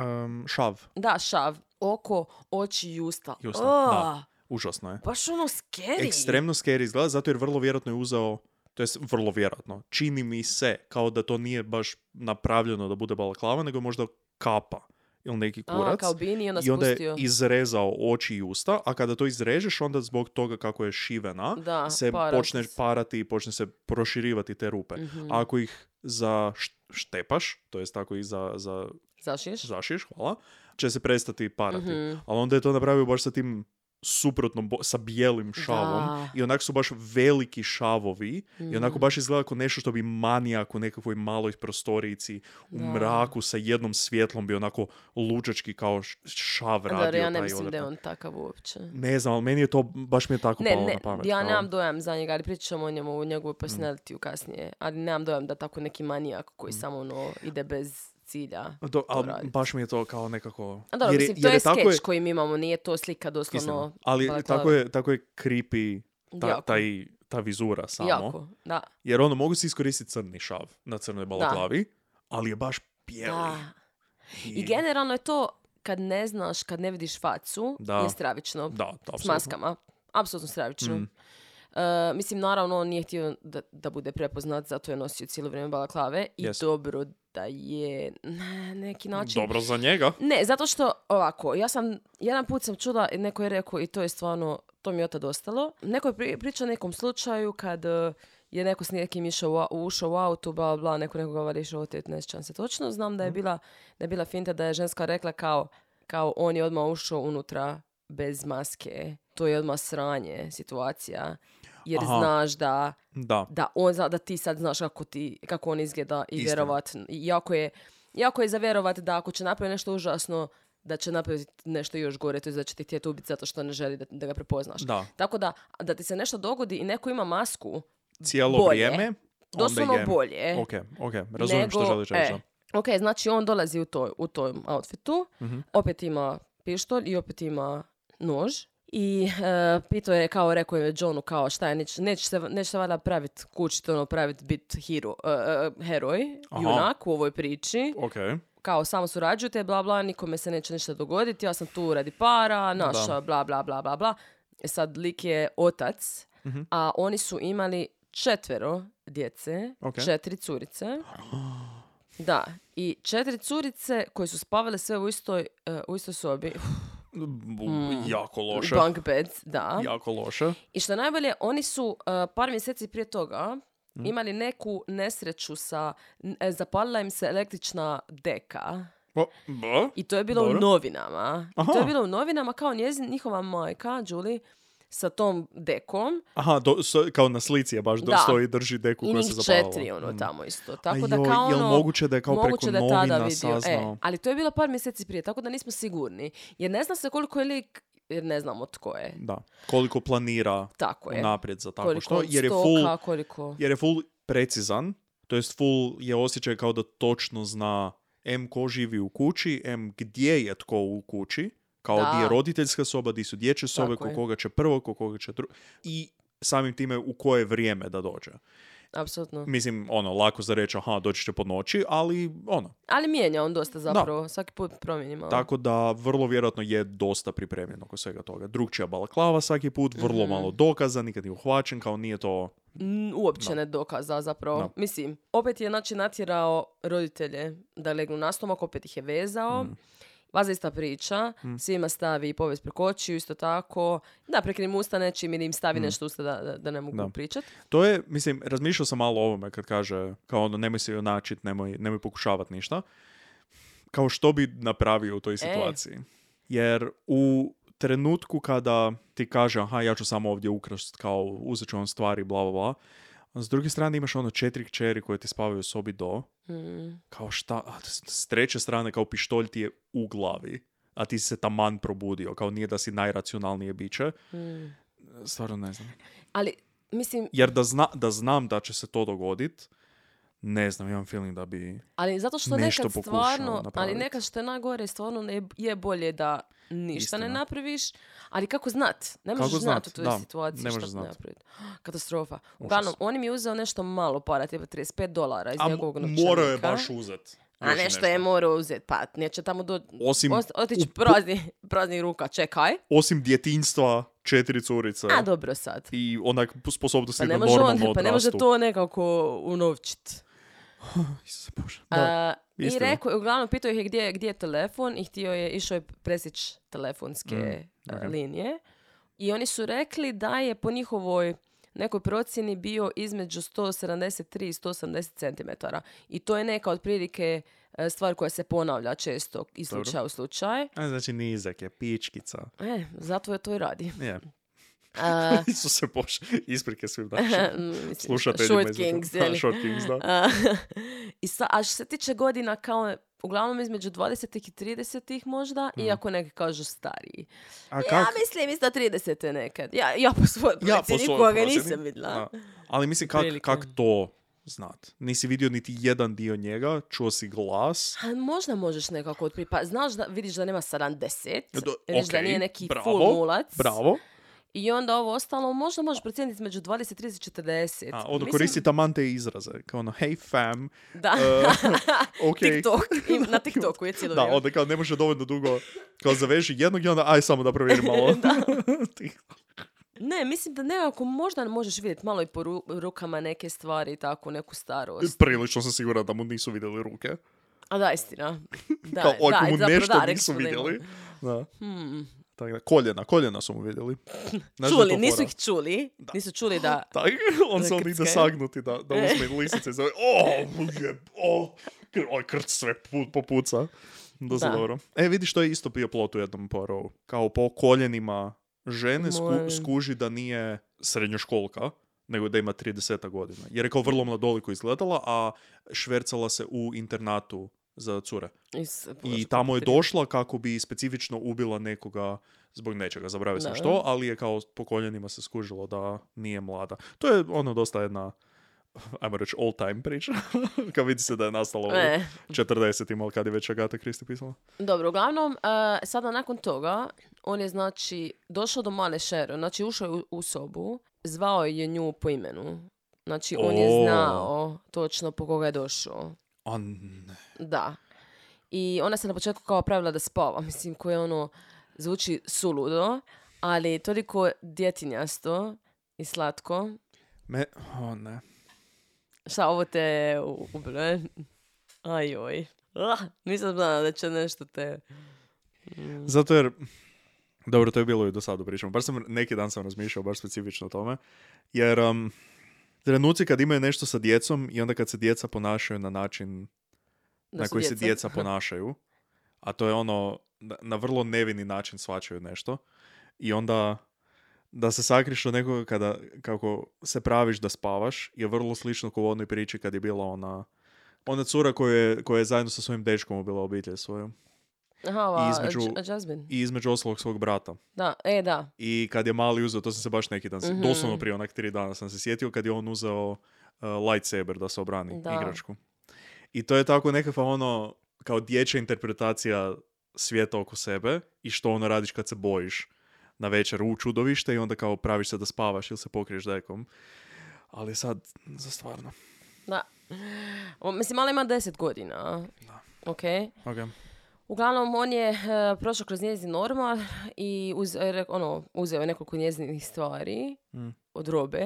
Um, šav.
da, šav, oko, oči i usta.
Justa,
Ah,
da. Užasno je.
Baš ono scary.
Ekstremno scary izgleda, zato jer vrlo vjerojatno je uzeo to jest vrlo vjerojatno. Čini mi se kao da to nije baš napravljeno da bude balaklava, nego možda kapa ili neki
A,
kurac.
kao bini i onda
I onda je
spustio.
izrezao oči i usta, a kada to izrežeš, onda zbog toga kako je šivena,
Da,
se
para
počne
se.
parati i počne se proširivati te rupe.
Mhm.
A ako ih zaštepaš, to jest ako ih za, za,
Zašiješ?
zašiš, hvala, će se prestati parati.
Mhm.
Ali onda je to napravio baš sa tim suprotnom, bo- sa bijelim šavom.
Da.
I onako su baš veliki šavovi. I
Mhm.
onako baš izgleda kao nešto što bi manijak u nekakvoj maloj prostorici u
Da.
mraku sa jednom svjetlom bi onako luđački kao š- šav radio.
Dobro, ja ne
taj
mislim da je
odvratan.
on takav uopće.
Ne znam, ali meni je to, baš mi je tako
Ne,
palo
ne,
na pamet.
ja
kao-
nemam dojam za njega, ali pričat ćemo o njemu, o njegovu personalitiju kasnije. Ali nemam dojam da tako neki manijak koji
Mm.
samo ono ide bez cilja.
Do, ali
raditi.
baš mi je to kao nekako...
A dobro,
jer
mislim, to je,
tako
skeč koji mi imamo, nije to slika doslovno.
istina, ali
balaklava.
tako je, tako je creepy ta,
Jako.
taj, ta vizura samo.
Jako, da.
Jer ono, mogu se iskoristiti crni šav na crnoj balaklavi, ali je baš bijeli.
da. I generalno je to kad ne znaš, kad ne vidiš facu,
Da.
je stravično.
Da, to
s
apsolutno. Mm.
maskama. Apsolutno stravično. E, mislim, naravno, on nije htio da, da bude prepoznat, zato je nosio cijelo vrijeme balaklave. I
Jest.
dobro da je na neki način...
Dobro za njega.
Ne, zato što, ovako, ja sam, jedan put sam čula, i neko je rekao, i to je stvarno, to mi je otad ostalo. Neko je pri- pričao o nekom slučaju kad e, je neko s nekim išao, u au- ušao u auto, bla, bla, neko nekoga vali išao otet, ne sjećam se točno. Znam
Mhm.
da je bila, da je bila finta da je ženska rekla kao, kao on je odmah ušao unutra bez maske. To je odmah sranje situacija. Jer
Aha.
znaš da
Da.
da, on zna, da ti sad znaš kako, ti, kako on izgleda i
Istina.
vjerovat. i Jako je, jako je za vjerovat da ako će napraviti nešto užasno, da će napraviti nešto još gore, to je znači da će ti htjeti ubiti zato što ne želi da, da ga prepoznaš.
Da.
Tako da, da ti se nešto dogodi i neko ima masku,
Cijelo
Bolje.
vrijeme,
doslovno
onda je...
bolje.
Ok, ok, razumijem što
nego-
želiš reći.
e, ok, znači on dolazi u, toj, u tom outfitu,
Mhm.
opet ima pištolj i opet ima nož. I e, pitao je, kao rekao je Johnu, kao šta je, neć, neće se, neće se valjda pravit kućit, ono pravit bit hero, e, e, heroj,
Aha.
junak u ovoj priči.
Ok,
Kao samo surađujte, bla bla, nikome se neće ništa dogoditi, ja sam tu radi para, naša, bla bla bla bla bla. E Sad lik je otac, a oni su imali četvero djece,
Ok.
četiri curice. Da, i četiri curice koje su spavale sve u istoj, e, u istoj sobi.
Bu-
Hmm.
jako loše.
Bunk beds, da.
Jako loše.
I što je najbolje, oni su e, par mjeseci prije toga imali neku nesreću sa, n- e, zapalila im se električna deka.
O, b-
I to je bilo
Dobro.
u novinama. I to
Aha.
je bilo u novinama kao njezin, njihova majka, Julie, sa tom dekom.
Aha, do, s- kao na slici je baš do,
Da.
stoji i drži deku
I
koja
njih
se zapavala.
četiri, ono, tamo isto.
A
Tako da
joj,
kao
jel
ono...
moguće da je kao
moguće
preko
da je tada
novina
vidio.
saznao?
E, ali to je bilo par mjeseci prije, tako da nismo sigurni. Jer ne zna se koliko je lik, jer ne znamo tko je.
Da, koliko planira
Tako je.
naprijed za tako
koliko
što, jer je
stoka,
full,
koliko...
jer je full precizan, to jest full je osjećaj kao da točno zna M ko živi u kući, M gdje je tko u kući, kao
Da.
di je roditeljska soba, di su dječje sobe,
Tako
ko
je.
koga će prvo, ko koga će drugo, i samim time u koje vrijeme da dođe.
Apsolutno.
Mislim, ono, lako za reći, aha, doći će pod noći, ali ono,
Ali mijenja on dosta zapravo. Svaki put ono. promijeni malo.
tako da vrlo vjerojatno je dosta pripremljen oko svega toga. Drugčija balaklava svaki put, vrlo
Mhm.
malo dokaza, nikad nije uhvaćen, kao nije to
N- Uopće ne dokaza zapravo.
Da.
Mislim, opet je znači natjerao roditelje da legnu na stomak, opet ih je vezao.
Mm.
Vaza ista priča, svima stavi povijest preko očiju, isto tako. Da, prekrim usta nečim ili im stavi nešto u usta da, da, da ne mogu
Mm. Da.
pričat.
To je, mislim, razmišljao sam malo o ovome kad kaže, kao ono, nemoj se junačit, nemoj, nemoj pokušavat ništa. Kao što bi napravio u toj situaciji. Jer u trenutku kada ti kaže, aha, ja ću samo ovdje ukrast, kao uzet ću vam stvari, bla, bla, bla. a S druge strane imaš ono četiri kćeri koje ti spavaju u sobi do.
Mm.
Kao šta? A, s- s treće strane, kao pištolj ti je u glavi. A ti si se taman probudio. Kao nije da si najracionalnije biće. Stvarno ne znam
Ali, mislim,
jer da, zna, da znam da će se to dogodit, Ne znam, imam feeling da bi...
Ali zato što
Nešto
nekad
pokušao
stvarno, ali
napraviti.
nekad što je najgore stvarno ne, je bolje da ništa ne
Istina.
napraviš, ali kako znat? Ne
Kako
možeš znat u
znat,
toj
da.
situaciji
Ne
šta
možeš
ti
znat.
napraviti. Katastrofa. Uglavnom, on mi je uzeo nešto malo para, tipa 35 dolara iz
A
njegovog
m-
novčanika.
morao je baš uzet.
A
Još
nešto je morao uzeti, pa neće tamo do...
Osim,
ost-
u
Otići
po-
prazni, prazni ruka, čekaj.
osim djetinstva četiri curice
A dobro sad.
i onak sposobnosti
Pa ne
da
može,
normalno
on, pa ne može
odrastu.
to nekako unovčit.
Isuse Bože, da.
A, I
istina.
rekao, je, uglavnom pitao ih je gdje, gdje je telefon i htio je, išao je presjeći telefonske
Mm,
a,
ok.
linije. I oni su rekli da je po njihovoj nekoj procjeni bio između 173 i 180 cm. I to je neka otprilike e, stvar koja se ponavlja često iz
Dobro.
slučaja u slučaj.
A, znači nizak je, pičkica.
E, zato je to i radi.
Je.
A,
Isuse Bože, isprike svim našim
mislim,
slušateljima.
Short
iz-
Kings,
Da,
je li?
Short Kings, da.
A, I sa, a što se tiče godina, kao uglavnom između 20 i 30 možda, iako neki kažu stariji.
A
Mhm. Ja
kak?
mislim isto 30 nekad. Ja, ja po svojoj
Ja po
procjeni
svojoj
nikoga
procjeni.
nisam vidjela.
Da. Ali mislim, kak,
Otprilike.
kak to znat? Nisi vidio niti jedan dio njega, čuo si glas.
A možda možeš nekako otprilike. Pa znaš da vidiš da nema 70,
E, Do-
vidiš da
ok,
nije neki
bravo,
full nulac.
Bravo.
I onda ovo ostalo možda možeš procijeniti između 20, 30, 40.
A, onda
Mislim-
koristi taman te izraze. Kao ono, hey fam.
Da.
Uh, ok.
TikTok. Im- na TikToku je cijelo
Da,
vrijeme.
onda kao ne može dovoljno dugo kao zaveži jednog i onda aj samo da provjerim malo. Tih-
Ne, mislim da nekako možda možeš vidjeti malo i po ru- rukama neke stvari i tako, neku starost.
Prilično sam siguran da mu nisu vidjeli ruke.
A da, istina. Da,
kao
da,
ako mu
zapravo
nešto
da, rekli
nisu
smo da ima.
vidjeli. Da.
Hmm.
Tako da, koljena, koljena su mu vidjeli. Znaš da je
Čuli,
to
nisu
fora?
ih čuli. Nisu čuli da...
Tak, on se on ide
krckaju.
sagnuti da, da uzme lisice i zove, o, je, o, kr- oj, krt sve pu- popuca. Da, da.
Da.
dobro. E, vidiš, to je isto bio plot u jednom porovu. Kao po koljenima žene sku-
Moje.
skuži da nije srednjoškolka, nego da ima 30 godina. Jer je kao vrlo mladoliko izgledala, a švercala se u internatu za cure.
Is-
I tamo je došla kako bi specifično ubila nekoga zbog nečega, zaboravio sam
Da.
što, ali je kao po koljenima se skužilo da nije mlada. To je ono dosta jedna, ajmo reći, all time priča. kad vidi se da je nastalo
E,
u 40-ima, ali kad je već Agata Kristi pisala.
dobro, uglavnom, e, sada nakon toga, on je znači došao do male Sharon, znači ušao je u, u sobu, zvao je nju po imenu. Znači, on
O.
je znao točno po koga je došao.
A ne.
Da. I ona se na početku kao pravila da spava, mislim, koje ono zvuči suludo, ali toliko djetinjasto i slatko.
Me, o ne.
Šta, ovo te je u- ubilo, je? Ajoj. Ah, nisam znala da će nešto te...
Zato jer, dobro, to je bilo i do sada pričamo. Baš sam, neki dan sam razmišljao baš specifično o tome. Jer um, trenuci kad imaju nešto sa djecom i onda kad se djeca ponašaju na način
Da
na
su
koji se
djeca.
djeca ponašaju, a to je ono, na, na vrlo nevini način svačaju nešto i onda da se sakriš od nekoga kada, kako se praviš da spavaš je vrlo slično kao u onoj priči kad je bila ona ona cura koja je, koja je zajedno sa svojim dečkom ubila obitelj svoju
Aha, ova,
između-
Dž- Jasmine.
i između ostalog svog brata.
Da, e, da.
I kad je mali uzeo, to sam se baš neki dan,
Mhm.
sje- doslovno prije onak tri dana sam se sjetio, kad je on uzeo uh, lightsaber da se obrani
Da.
igračku. I to je tako nekakva ono, kao dječja interpretacija svijeta oko sebe i što ono radiš kad se bojiš na večer u čudovište i onda kao praviš se da spavaš ili se pokriješ dekom. Ali sad, za stvarno.
Da. O, mislim, ali ima 10 godina.
Da.
Ok.
Okay.
Uglavnom, on je e, prošao kroz njezin ormar i uz, e, re- ono, uzeo je nekoliko njezinih stvari
Mm.
od robe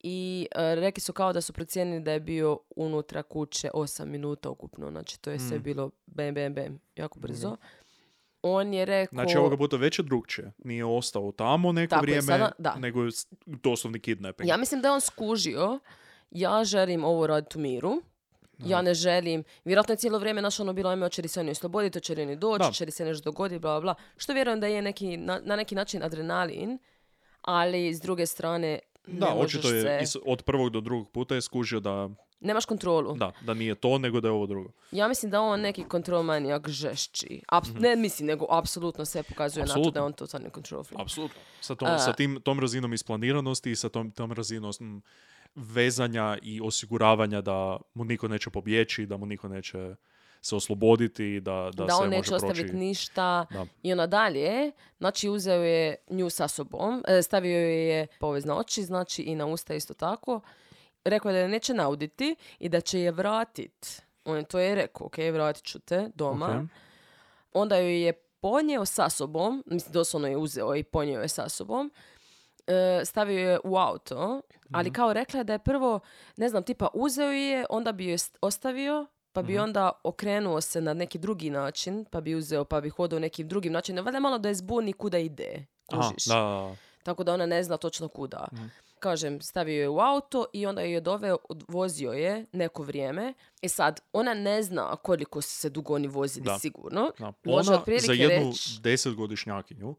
i e, rekli su kao da su procijenili da je bio unutra kuće 8 minuta ukupno. Znači, to je sve
Mm.
bilo bam, bam, bam, jako brzo. On je rekao...
Znači ovoga puta već je drugčije. Nije ostao tamo neko
Tako je,
vrijeme,
sada- da.
nego je s- doslovni kidnapping.
Ja mislim da je on skužio, ja želim ovo raditi u miru, ja ne želim, vjerojatno je cijelo vrijeme naš ono bilo, ajme, hoće li se oni osloboditi, hoće li oni doći,
Da.
hoće li se nešto dogoditi, bla, bla, bla. Što vjerujem da je neki, na, na neki način adrenalin, ali s druge strane ne
Da,
možeš
očito je
se,
iz- od prvog do drugog puta je skužio da,
nemaš kontrolu.
da, da nije to, nego da je ovo drugo.
Ja mislim da je on neki kontrol manijak žešći. Aps- Ne mislim, nego apsolutno sve pokazuje na to da
Mhm. Apsolutno.
je on totalni kontrol freak.
Apsolutno. Sa, tom, sa tim, tom razinom isplaniranosti i sa tom, tom razinom vezanja i osiguravanja da mu niko neće pobjeći, da mu niko neće se osloboditi, da, da,
da on
sve može
neće ostaviti
proći.
ništa.
Da.
I ona dalje, znači uzeo je nju sa sobom, e, stavio joj je povez na oči, znači i na usta isto tako. Rekao je da je neće nauditi i da će je vratit. On je to je rekao, ok, vratit ću te doma.
Ok.
Onda ju je ponio sa sobom, mislim doslovno je uzeo i ponio je sa sobom, e, stavio je u auto, ali
Mhm.
kao rekla je da je prvo, ne znam, tipa uzeo ju je, onda bi je ostavio, pa
Mhm.
bi onda okrenuo se na neki drugi način, pa bi uzeo, pa bi hodao nekim drugim načinom. Valjda malo da je zbuni kuda ide.
Aha,
kužiš.
da, Mhm. da, da.
Tako da ona ne zna točno kuda. Kažem, stavio je u auto i onda ju je doveo, od- vozio je neko vrijeme. E sad, ona ne zna koliko se dugo oni vozili
Da.
sigurno.
Da.
Može
Ona
otprilike
za jednu
reći-
desetgodišnjakinju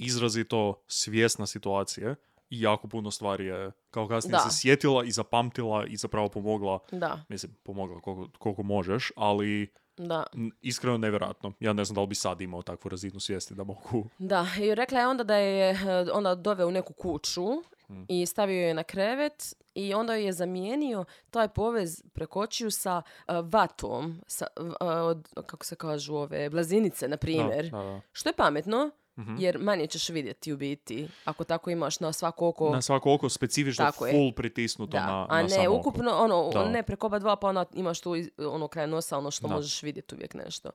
izrazito svjesna situacije i jako puno stvari je kao kasnije
Da.
se sjetila i zapamtila i zapravo pomogla,
Da,
mislim, pomogla koliko, koliko možeš, ali
da.
m, iskreno nevjerojatno. Ja ne znam da li bi sad imao takvu razinu svijesti da mogu...
Da, i rekla je onda da je e, onda doveo u neku kuću
Mm.
i stavio je na krevet i onda ju je zamijenio taj povez preko očiju sa e, vatom, sa, v- e, od, kako se kažu ove, blazinice, na
Da,
primjer.
da, Mhm. da.
Što je pametno, jer manje ćeš vidjeti u biti, ako tako imaš na svako oko.
Na svako oko specifično
Tako je.
full pritisnuto
da,
na,
a
na
ne
samo oko.
ukupno, ono,
Da.
ne preko oba dva, pa onda imaš tu iz- ono kraj nosa, ono što
Da.
možeš vidjeti uvijek nešto.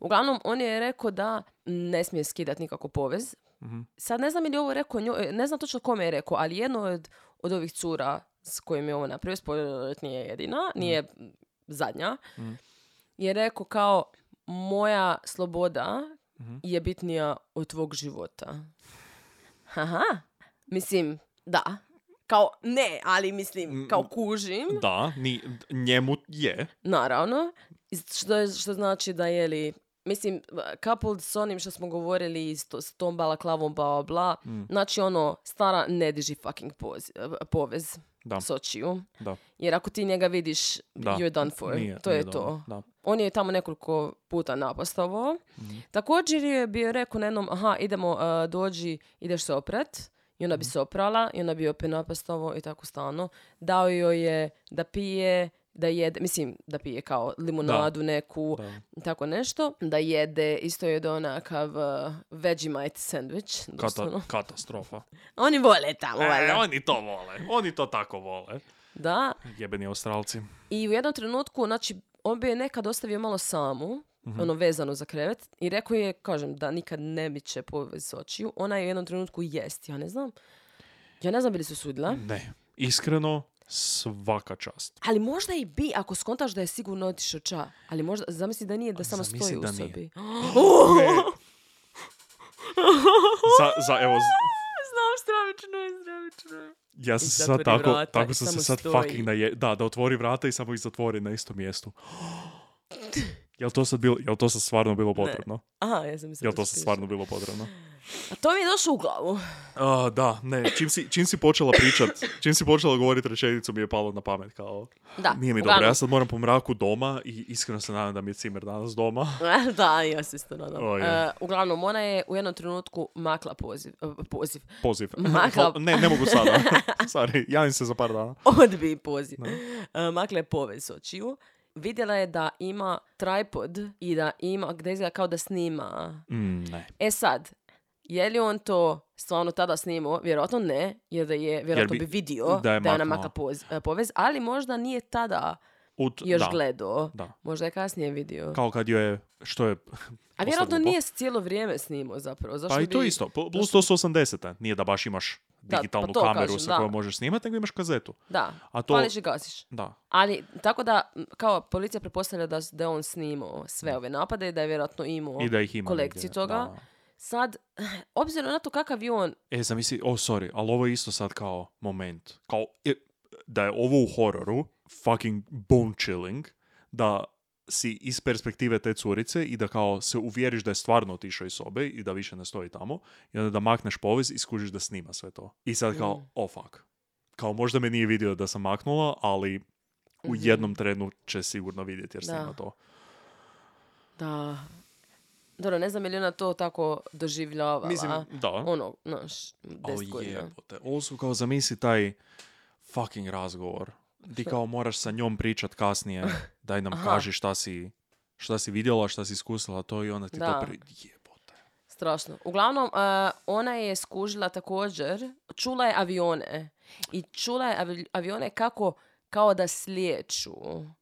Uglavnom, on je rekao da ne smije skidati nikako povez.
Mhm.
Sad ne znam je li ovo rekao, njoj, ne znam točno kome je rekao, ali jedno od, od ovih cura s kojim je ovo napravio, spoiler nije jedina, nije zadnja, je rekao kao moja sloboda je bitnija od tvog života. Aha, mislim, da. Kao, ne, ali mislim, kao kužim,
Da, ni, njemu je.
naravno. Što, je, što znači da je li, mislim, coupled s onim što smo govorili i s, to, s tom balaklavom, bla, bla,
Mm.
bla, znači ono, stara ne diži fucking poz, povez
Da.
s očiju.
Da.
Jer ako ti njega vidiš,
Da.
you're done for.
Nije-
to
nije
je
dobro.
to.
Da.
On je tamo nekoliko puta napastavao. Također je bio rekao na jednom, aha, idemo, e, dođi, ideš se oprat. I ona bi se oprala i ona bi opet napastavao i tako stalno. Dao joj je da pije, da jede, mislim, da pije kao limunadu neku, i tako nešto. Da jede, isto je do onakav uh, Vegemite sandwich.
Kata,
doslovno.
katastrofa.
Oni vole tamo,
E,
valjda.
oni to vole. Oni to tako vole.
Da.
Jebeni Australci.
I u jednom trenutku, znači, on bi je nekad ostavio malo samu,
Mhm.
ono vezano za krevet, i rekao je, kažem, da nikad ne miče povez očiju. Ona je u jednom trenutku jest, ja ne znam. Ja ne znam bili su sudila.
Ne. Iskreno, svaka čast.
Ali možda i bi, ako skontaš da je sigurno otišao ča. Ali možda, zamisli da nije, da samo
Zamisli
stoji u
da nije.
sobi.
Za, za, evo, z-
Znam, stravično je, stravično je.
ja sam se sad
zatvori
tako,
vrata
tako
i
sam se
samo
sad
stoji.
fucking naje... Da, da otvori vrata i samo ih zatvori na istom mjestu. Jel to sad bilo, jel to sad stvarno bilo potrebno?
Aha, ja sam mislila
Jel
da
to
si
sad
ti
stvarno bilo potrebno?
išla. A to mi je došlo u glavu.
A, da, ne, čim si, čim si počela pričat, čim si počela govorit rečenicu mi je palo na pamet, kao...
Da,
Nije mi dobro,
uglavnom.
ja sad moram po mraku doma i iskreno se nadam da mi je cimer danas doma.
da, ja se isto nadam.
O, je.
E, uglavnom, ona je u jednom trenutku makla poziv, e, poziv,
Poziv.
Makla-
Ne, ne mogu sada. Sorry, javim se za par dana.
odbi poziv. E, Makle povez očiju. Vidjela je da ima tripod i da ima, da izgleda kao da snima.
Mm, ne.
E sad, je li on to stvarno tada snimao? Vjerojatno ne, jer da je, vjerojatno
bi-
bi, vidio
da
da
je
je, ona
maknuo.
makla poz- e, povez, ali možda nije tada
Ut,
još
da,
gledao.
Da.
Možda je kasnije vidio.
Kao kad joj je, što je...
A
dosta
vjerojatno
glupo.
nije cijelo vrijeme snimao zapravo. Zašto
Pa i to
bi-
isto. pl- Plus to su 80 Nije da baš imaš
Da,
digitalnu
pa to
kameru
kažem,
sa
da.
kojom možeš snimati, nego imaš kazetu.
Da,
A to-
pališ i gasiš.
Da.
Ali, tako da, m, kao policija pretpostavlja da, s- da je on snimao sve ove napade i da je vjerojatno imao
I da ih ima
kolekciju
negdje,
toga.
da.
Sad, obzirom na to kakav je on,
E, zamisli, o, sorry, ali ovo je isto sad kao moment. Kao, e, da je ovo u hororu, fucking bone chilling, da si iz perspektive te curice i da kao se uvjeriš da je stvarno otišao iz sobe i da više ne stoji tamo i onda da makneš povez i skužiš da snima sve to. I sad kao, oh fuck. Kao možda me nije vidio da sam maknula, ali u jednom trenu će sigurno vidjeti jer
Da.
snima to.
da... Dobro, ne znam je li ona to tako doživljavala.
Mislim, da.
Ono, znaš,
O
deset godina.
jebote. Ovo su kao zamisli taj fucking razgovor. Ti kao moraš sa njom pričat kasnije, daj nam kaži šta si, šta si vidjela, šta si iskusila, to i onda ti
Da.
to pri... Jebote.
Strašno. Uglavnom, eh, ona je skužila također, čula je avione. I čula je avi- avione kako kao da sliječu.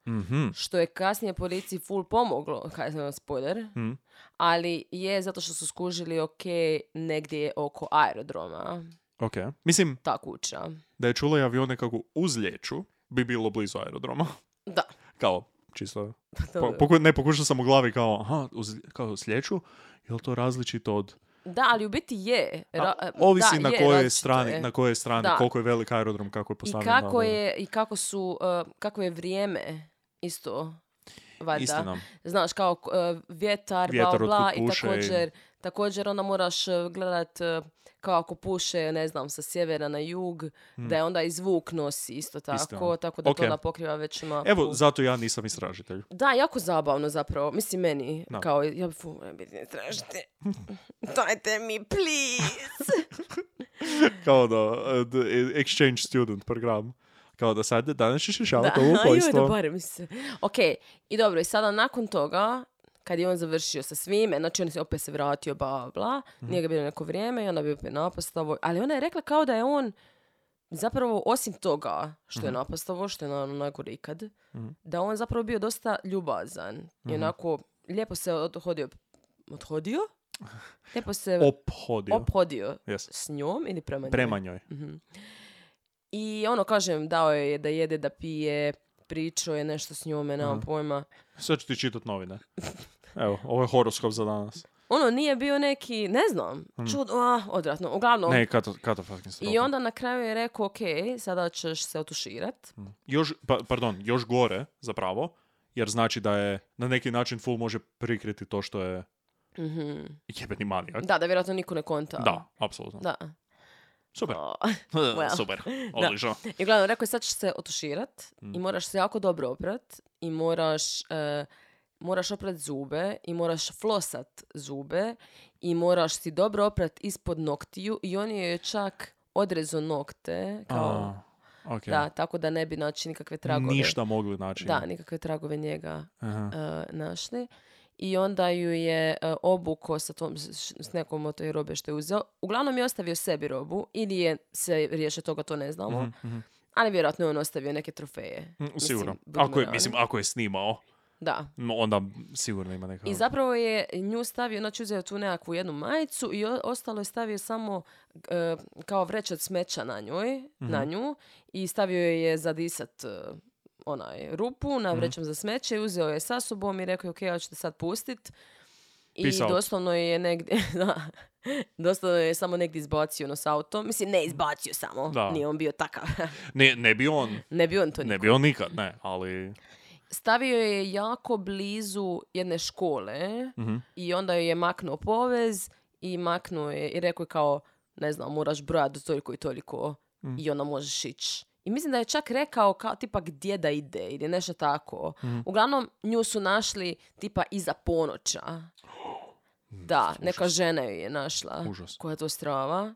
Mhm.
Što je kasnije policiji full pomoglo, kaj znam, spoiler.
Mhm.
Ali je zato što su skužili, ok, negdje je oko aerodroma
Ok. Mislim,
ta kuća.
da je čula i avione kako uzlječu, bi bilo blizu aerodroma.
Da. pa
Kao, čisto. Po,
Dobro.
poku- ne, pokušao sam u glavi kao, aha, uz, kao slijeću, je li to različito od...
Da, ali u biti je. Ra- e,
Ovisi
da,
na
je,
kojoj
različito
strani,
je.
na kojoj strani,
Da.
koliko je velik aerodrom, kako je
I
postavljen. da,
kako
da.
je, i kako su, uh, kako je vrijeme isto, valjda.
Istina.
Znaš, kao uh, vjetar,
Vjetar
bla, bla,
otkud
i
puše i-
također, također onda moraš uh, gledat uh, kao ako puše, ne znam, sa sjevera na jug, da je onda i zvuk nosi isto tako,
Hmm. Istina.
tako da
Ok.
to onda pokriva već mapu.
Evo, zato ja nisam istražitelj.
Da, jako zabavno zapravo. Mislim, meni.
Da.
Kao, ja bi fu, ne bi ne tražite. Dajte mi, please.
Kao da, e, d- e, exchange student program. Kao da sad danas ćeš rješavati ovo
joj, da
pojstvo.
barem se. Ok, i dobro, i sada nakon toga, kad je on završio sa svime, znači on se opet se vratio, bla, bla, bla,
Mhm.
nije ga bilo neko vrijeme i ona bi opet napastavo, ali ona je rekla kao da je on zapravo osim toga što
Mhm.
je napastavo, što je naravno najgore ikad, da on zapravo bio dosta ljubazan
Mhm.
i onako lijepo se odhodio, odhodio? Lijepo se
Ophodio.
ophodio
Yes.
s njom ili prema njoj?
Prema njoj.
I ono, kažem, dao joj je da jede, da pije, pričao je nešto s njome, nemam
Mhm.
pojma.
Sad ću ti čitat novine. Evo, ovo je horoskop za danas.
Ono, nije bio neki, ne znam, čud, ah, odvratno, uglavnom.
Mhm. Ne, kato, kato fucking
I onda na kraju je rekao, ok, sada ćeš se otuširat.
još, pa, pardon, još gore zapravo, jer znači da je na neki način full može prikriti to što je jebeni manijak.
Mhm. Da, da vjerojatno niko ne konta.
Da, apsolutno.
Da.
Super.
O,
Eh, Super. Odlično.
I uglavnom, rekao je, sad ćeš se otuširat
Mhm.
i moraš se jako dobro oprat i moraš... eh, Moraš oprat zube i moraš flosat zube i moraš si dobro oprat ispod noktiju i on je čak odrezo nokte kao
A, ok.
Da, tako da ne bi naći nikakve tragove.
Ništa mogli naći.
Da, nikakve tragove njega
Aha.
e, našli. I onda ju je e, obuko sa tom, s, s nekom od toj robe što je uzeo. Uglavnom je ostavio sebi robu ili je se riješio toga, to ne
mhm,
znamo. Ali vjerojatno je on ostavio neke trofeje.
Mm, Sigurno.
budimo
Ako je,
realni.
mislim, ako je snimao,
Da.
no, onda sigurno ima neka...
I zapravo je nju stavio, znači uzeo je tu nekakvu jednu majicu i o- ostalo je stavio samo e, kao vreće od smeća na njoj, na nju i stavio je je zadisat e, onaj rupu na vrećom za smeće i uzeo je sa sobom i rekao je ok, ja ću te sad pustit. I
Peace out.
doslovno je negdje, da, doslovno je samo negdje izbacio ono s autom. Mislim, ne izbacio samo,
Da.
nije on bio takav.
Ne, ne bi on,
ne bi on to
ne bi on nikad, ne, ali...
Stavio je jako blizu jedne škole i onda joj je maknuo povez i maknuo je i rekao je kao, ne znam, moraš brojati do toliko i toliko i onda možeš ići. I mislim da je čak rekao kao tipa gdje da ide ili nešto tako. Uglavnom, nju su našli tipa iza ponoća. Da, neka žena ju je našla.
Užas.
Koja je to strava.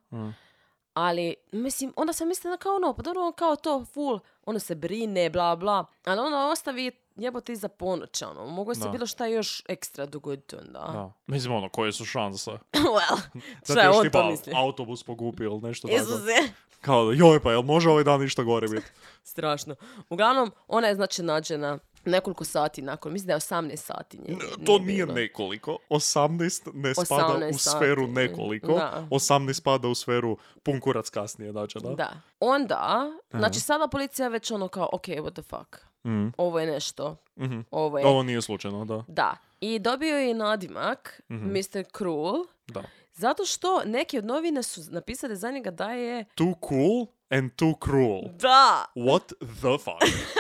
Ali, mislim, onda sam mislila kao ono, pa dobro, on kao to, full, ono se brine, bla, bla. Ali ono ostavi jebote iza ponoća, ono. Mogu se
Da.
bilo šta još ekstra dogoditi onda.
Da. Mislim, ono, koje su šanse?
well,
Sad
šta je
još
on
tipa
to misli?
autobus pogupi ili nešto tako.
Izuse.
Kao da, joj, pa jel može ovaj dan ništa gore biti?
Strašno. Uglavnom, ona je znači nađena nekoliko sati nakon, mislim da je 18 sati nje.
To nije
bilo.
nekoliko. 18 ne spada
18
u sferu
sati.
nekoliko.
Da.
18 spada u sferu pun kurac kasnije, znači, da?
Da. Onda, znači sada policija već ono kao, ok, what the fuck. Ovo je nešto.
Mhm.
Ovo je...
Ovo nije slučajno, da.
Da. I dobio je i nadimak, Mr. Cruel,
Mhm. da.
Zato što neki od novina su napisali za njega da je...
Too cool and too cruel.
Da!
What the fuck?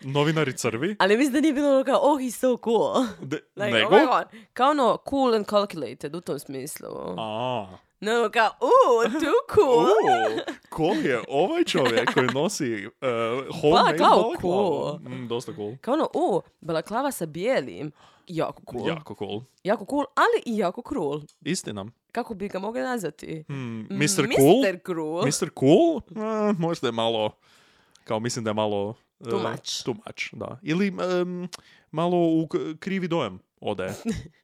Novinari crvi?
Ali mislim da nije bilo ono kao, oh, he's so cool.
De-
Like,
nego?
oh my God. Kao ono, cool and calculated u tom smislu.
A,
Ne ono kao, uh, too cool.
u, ko je ovaj čovjek koji nosi uh, homemade
Balaklavu,
balaklavu?
Pa, cool.
Mm, dosta cool.
Kao ono, u, balaklava sa bijelim. Jako cool.
Jako cool.
Jako cool, ali i jako cruel.
Istina.
Kako bi ga mogli nazvati?
Mm, Mr. Hmm, Cool?
Mr. Cruel.
Mr. Cool? Eh, možda je malo Kao mislim da je malo... e,
Too much.
Too much, da. Ili em, malo u k- krivi dojam ode.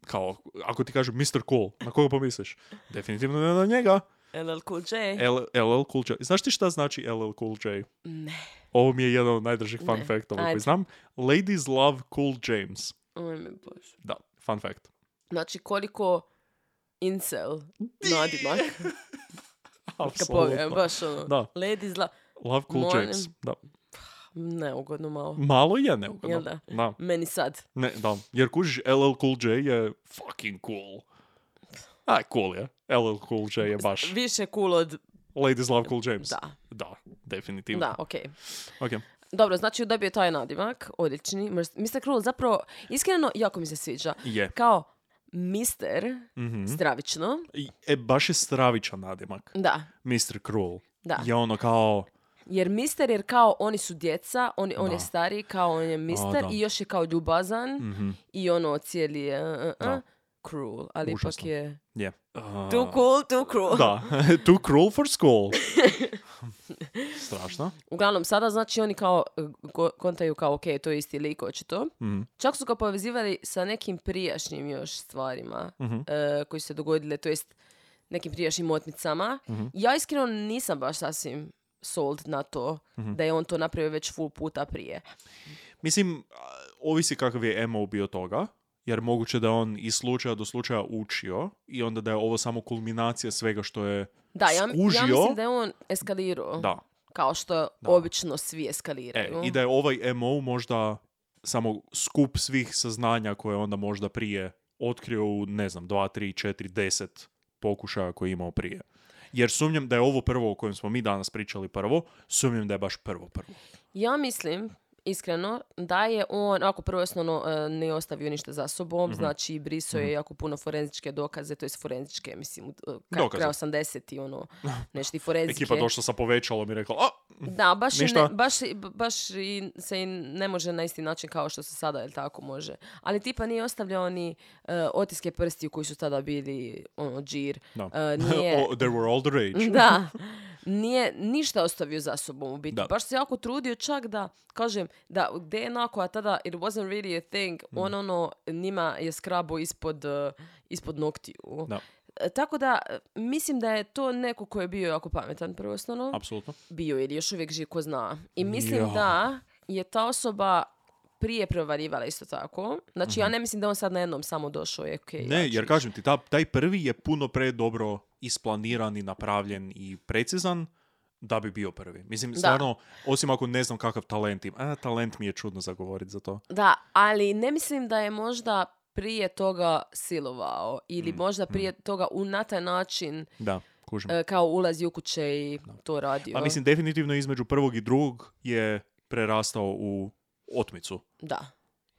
Kao, ako ti kažem Mr. Cool, na koga pomisliš? Definitivno ne na njega.
LL Cool J?
L- LL Cool J. Znaš ti šta znači LL Cool J?
Ne.
Ovo mi je jedan od najdržih fun
Ne.
factova koji
Ajde.
znam. Ladies love Cool James.
Oj me bože.
Da, fun fact.
Znači koliko incel nadimak. Kapove,
Apsolutno.
baš ono.
Da.
Lady zla.
Love Cool
Molim.
James. Da.
Neugodno malo.
Malo je neugodno.
Jel da?
Da.
Meni sad.
Ne, da. Jer kužiš, LL Cool J je fucking cool. A, cool je. LL Cool J je baš.
Više cool od...
Ladies love Cool James.
Da.
Da, definitivno.
Da, okej.
Ok.
Dobro, znači dobio je taj nadimak, odlični. Mr. Mr. Cruel zapravo, iskreno, jako mi se sviđa.
Je.
Kao mister,
Mhm.
stravično.
I- E, baš je stravičan nadimak.
Da,
Mr. Cruel.
da.
Je ono kao...
Jer mister, jer kao oni su djeca, on, on
Da.
je stariji, kao on je mister
da.
i još je kao ljubazan
mhm,
i ono cijeli je uh, uh,
Da.
uh, cruel, ali
Užasno.
ipak je
Je. A,
too cool, too cruel.
Da. Too cruel for school. Strašno.
Uglavnom, sada znači oni kao uh, go- kontaju kao ok, to je isti lik očito.
Mhm,
Čak su ga povezivali sa nekim prijašnjim još stvarima
mhm.
e, koji su se dogodile, to jest nekim prijašnjim otmicama.
Mhm.
Ja iskreno nisam baš sasvim sold na to
Mhm.
da je on to napravio već full puta prije.
Mislim, a, ovisi kakav je emo bio toga, jer moguće da je on iz slučaja do slučaja učio i onda da je ovo samo kulminacija svega što je...
Da, ja, ja
Skužio?
mislim da je on eskalirao.
Da.
Kao što obično svi
E,
eskaliraju.
I da je ovaj MO možda samo skup svih saznanja koje je onda možda prije otkrio u, ne znam, 2, 3, 4, 10 pokušaja koje je imao prije. Jer sumnjam da je ovo prvo o kojem smo mi danas pričali prvo, sumnjam da je baš prvo prvo.
Ja mislim, iskreno, da je on, ako prvo i osnovno e, ne ostavio ništa za sobom,
Mhm.
znači brisao je jako puno forenzičke dokaze, to jest forenzičke, mislim, kraj
Dokaze.
kraj 80 i ono, nešto i forenzike.
Ekipa došla sa povećalom i rekla, a,
Da, baš, i
Ništa.
ne- baš, i- baš i se i ne može na isti način kao što se sada, jel tako, može. Ali tipa nije ostavljao ni e, otiske prstiju koji su tada bili, ono, džir.
Da.
E, nije, Mhm.
oh, they were all the rage.
da, nije ništa ostavio za sobom u biti.
Da.
Baš se jako trudio čak da, kažem, da DNA koja tada, it wasn't really a thing,
Mhm.
on ono njima je skrabo ispod, eh, ispod noktiju.
Da.
E, Tako da, eh, mislim da je to neko ko je bio jako pametan prvo i osnovno.
Apsolutno.
Bio ili još uvijek živ ko zna. I mislim
Ja.
da je ta osoba prije prevarivala isto tako. Znači, ja ne mislim da je on sad na jednom samo došao je, okej, znači, ja
Mhm. Ne,
ću
jer kažem ti, ta, taj prvi je puno pre dobro isplaniran i napravljen i precizan da bi bio prvi. Mislim,
Da.
stvarno, osim ako ne znam kakav talent im. A, talent mi je čudno zagovoriti za to.
Da, ali ne mislim da je možda prije toga silovao ili
Mm,
možda prije toga u na taj način
Da, kužim.
e, kao ulazi u kuće i to radio.
Pa mislim, definitivno između prvog i drugog je prerastao u otmicu.
da.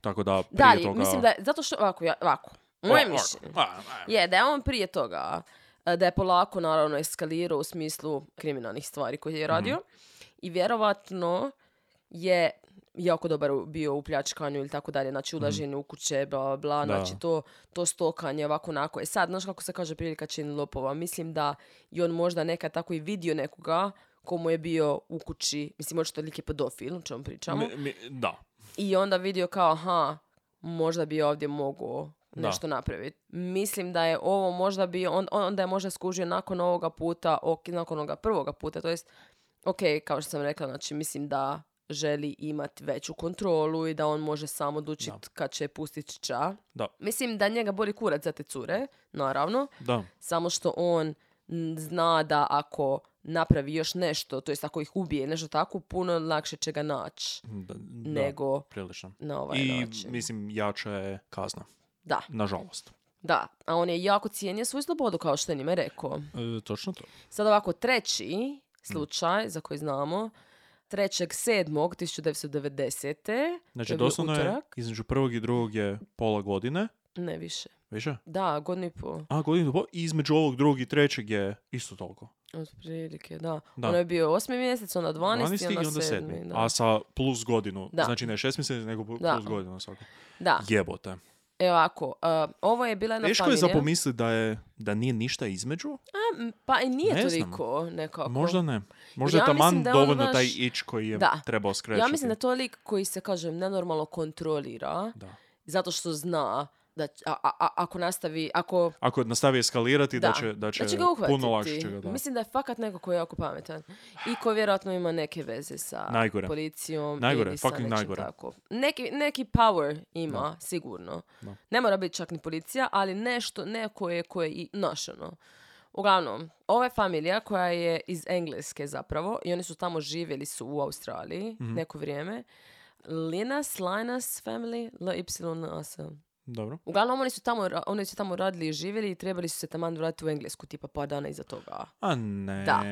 Tako da, prije
Da, ali
toga...
mislim da je, zato što ovako, ja, ovako, moje
A,
mišljenje
a, a,
je da je on prije toga e, da je polako naravno eskalirao u smislu kriminalnih stvari koje je radio i vjerovatno je jako dobar u- bio u pljačkanju ili tako dalje, znači ulaženju u kuće, bla, bla, bla,
Da.
znači to, to stokanje, ovako, onako. E sad, znaš kako se kaže prilika čini lopova, mislim da je on možda nekad tako i vidio nekoga komu je bio u kući, mislim, očito lik je pedofil, o čemu pričamo,
Mi- mi- da.
i onda vidio kao, aha, možda bi ja ovdje mogao
Da.
nešto napraviti. Mislim da je ovo možda bio, on, onda je možda skužio nakon ovoga puta, ok, nakon onoga prvoga puta, to jest, ok, kao što sam rekla, znači mislim da želi imati veću kontrolu i da on može sam odlučiti kad će pustiti ča.
Da.
Mislim da njega boli kurac za te cure, naravno,
Da,
samo što on m, zna da ako napravi još nešto, to jest ako ih ubije, nešto tako, puno lakše će ga naći
da, da,
nego
prilično.
na ovaj
I,
način.
mislim, jača je kazna.
Da,
Nažalost.
da. A on je jako cijenio svoju slobodu, kao što je njime rekao.
E, točno to.
Sad ovako, treći
Mm.
slučaj, za koji znamo, 3.7.1990. to
Znači,
je bio
doslovno je,
utorak.
između prvog i drugog je pola godine,
Ne više.
više?
Da, godinu i pol.
A, godinu i pol, i između ovog drugog i trećeg je isto toliko.
Otprilike, da.
Da.
Ono je bio osmi mjesec, onda 12,
12.
i onda
sedmi.
sedmi. Da.
A sa plus godinu.
Da.
Znači ne šest mjeseci, nego plus
Da.
godinu svako.
da.
Jebote.
E ovako, e, ovo je bila jedna
Teško je
familija.
zapomisliti da, je, da nije ništa između.
A, m, pa i nije
Ne znam.
toliko nekako.
Možda ne. Možda
Ja
je
mislim
taman
da je on
dovoljno
baš-
taj ić koji je
Da.
trebao skrećati.
Ja mislim da je to lik koji se, kažem, nenormalno kontrolira.
Da.
Zato što zna da će- a, a- a- ako nastavi, ako
Ako nastavi eskalirati, da, će, da će,
ga uhvatiti.
puno lakše će ga da.
Mislim da je fakat neko koji je jako pametan. I koji vjerojatno ima neke veze sa
Najgore.
policijom
Najgore,
ili sa
fucking
nečim
najgore.
tako. Neki, neki power ima, sigurno.
Da.
Ne mora biti čak ni policija, ali nešto, neko je koje i naš, ono. Uglavnom, ova je familija koja je iz Engleske zapravo i oni su tamo živjeli su u Australiji
Mhm.
neko vrijeme. Linas, Linas family, L-Y-N-A-S.
Dobro.
Uglavnom, oni su tamo, ra- oni su tamo radili i živjeli i trebali su se taman vratiti u Englesku, tipa par dana iza toga.
A ne.
Da.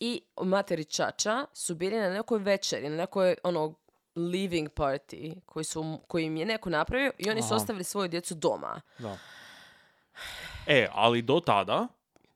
I materi čača su bili na nekoj večeri, na nekoj ono leaving party koji, su, koji im je neko napravio i oni su
Aha.
ostavili svoju djecu doma.
Da. E, ali do tada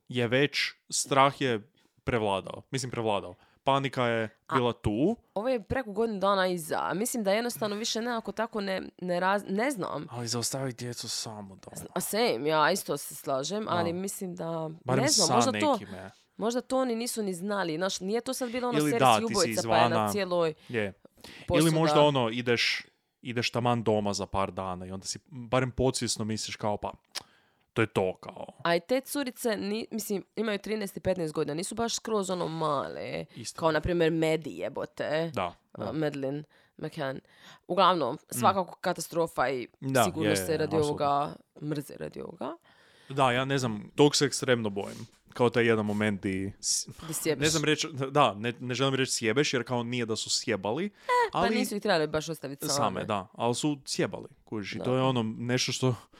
je već strah je prevladao. Mislim, prevladao. Panika je bila tu.
Ovo je preko godinu dana iza. Mislim da jednostavno više nekako tako ne, ne, raz, ne znam.
Ali zaostavi djecu samo ono. doma.
A same, ja isto se slažem, ali
Da.
mislim da,
Barem
ne znam,
sa
možda to,
nekime.
možda to oni nisu ni znali. Znaš, nije to sad bilo ono
Ili da,
serijski
ti si
ubojica pa je na
izvana.
cijeloj
Je. Ili
poslu
možda
da-
ono, ideš, ideš taman doma za par dana i onda si barem podsvjesno misliš kao pa, to je to kao.
A i te curice, ni, mislim, imaju 13 i 15 godina, nisu baš skroz ono male.
Isto.
Kao, na primjer, Medi jebote.
Da. da. Mm.
A, Madeleine McCann. Uglavnom, svakako katastrofa i
Da,
sigurno
je,
se
je,
radi
apsolutno.
ovoga mrze radi ovoga.
Da, ja ne znam, tog se ekstremno bojim. Kao taj jedan moment di... s-
Gdje sjebeš.
Ne znam reći, da, ne, ne želim reći sjebeš jer kao nije da su sjebali,
pa
ali
nisu ih trebali baš ostaviti same.
same, da, ali su sjebali, kužiš, i
Da.
to je ono nešto što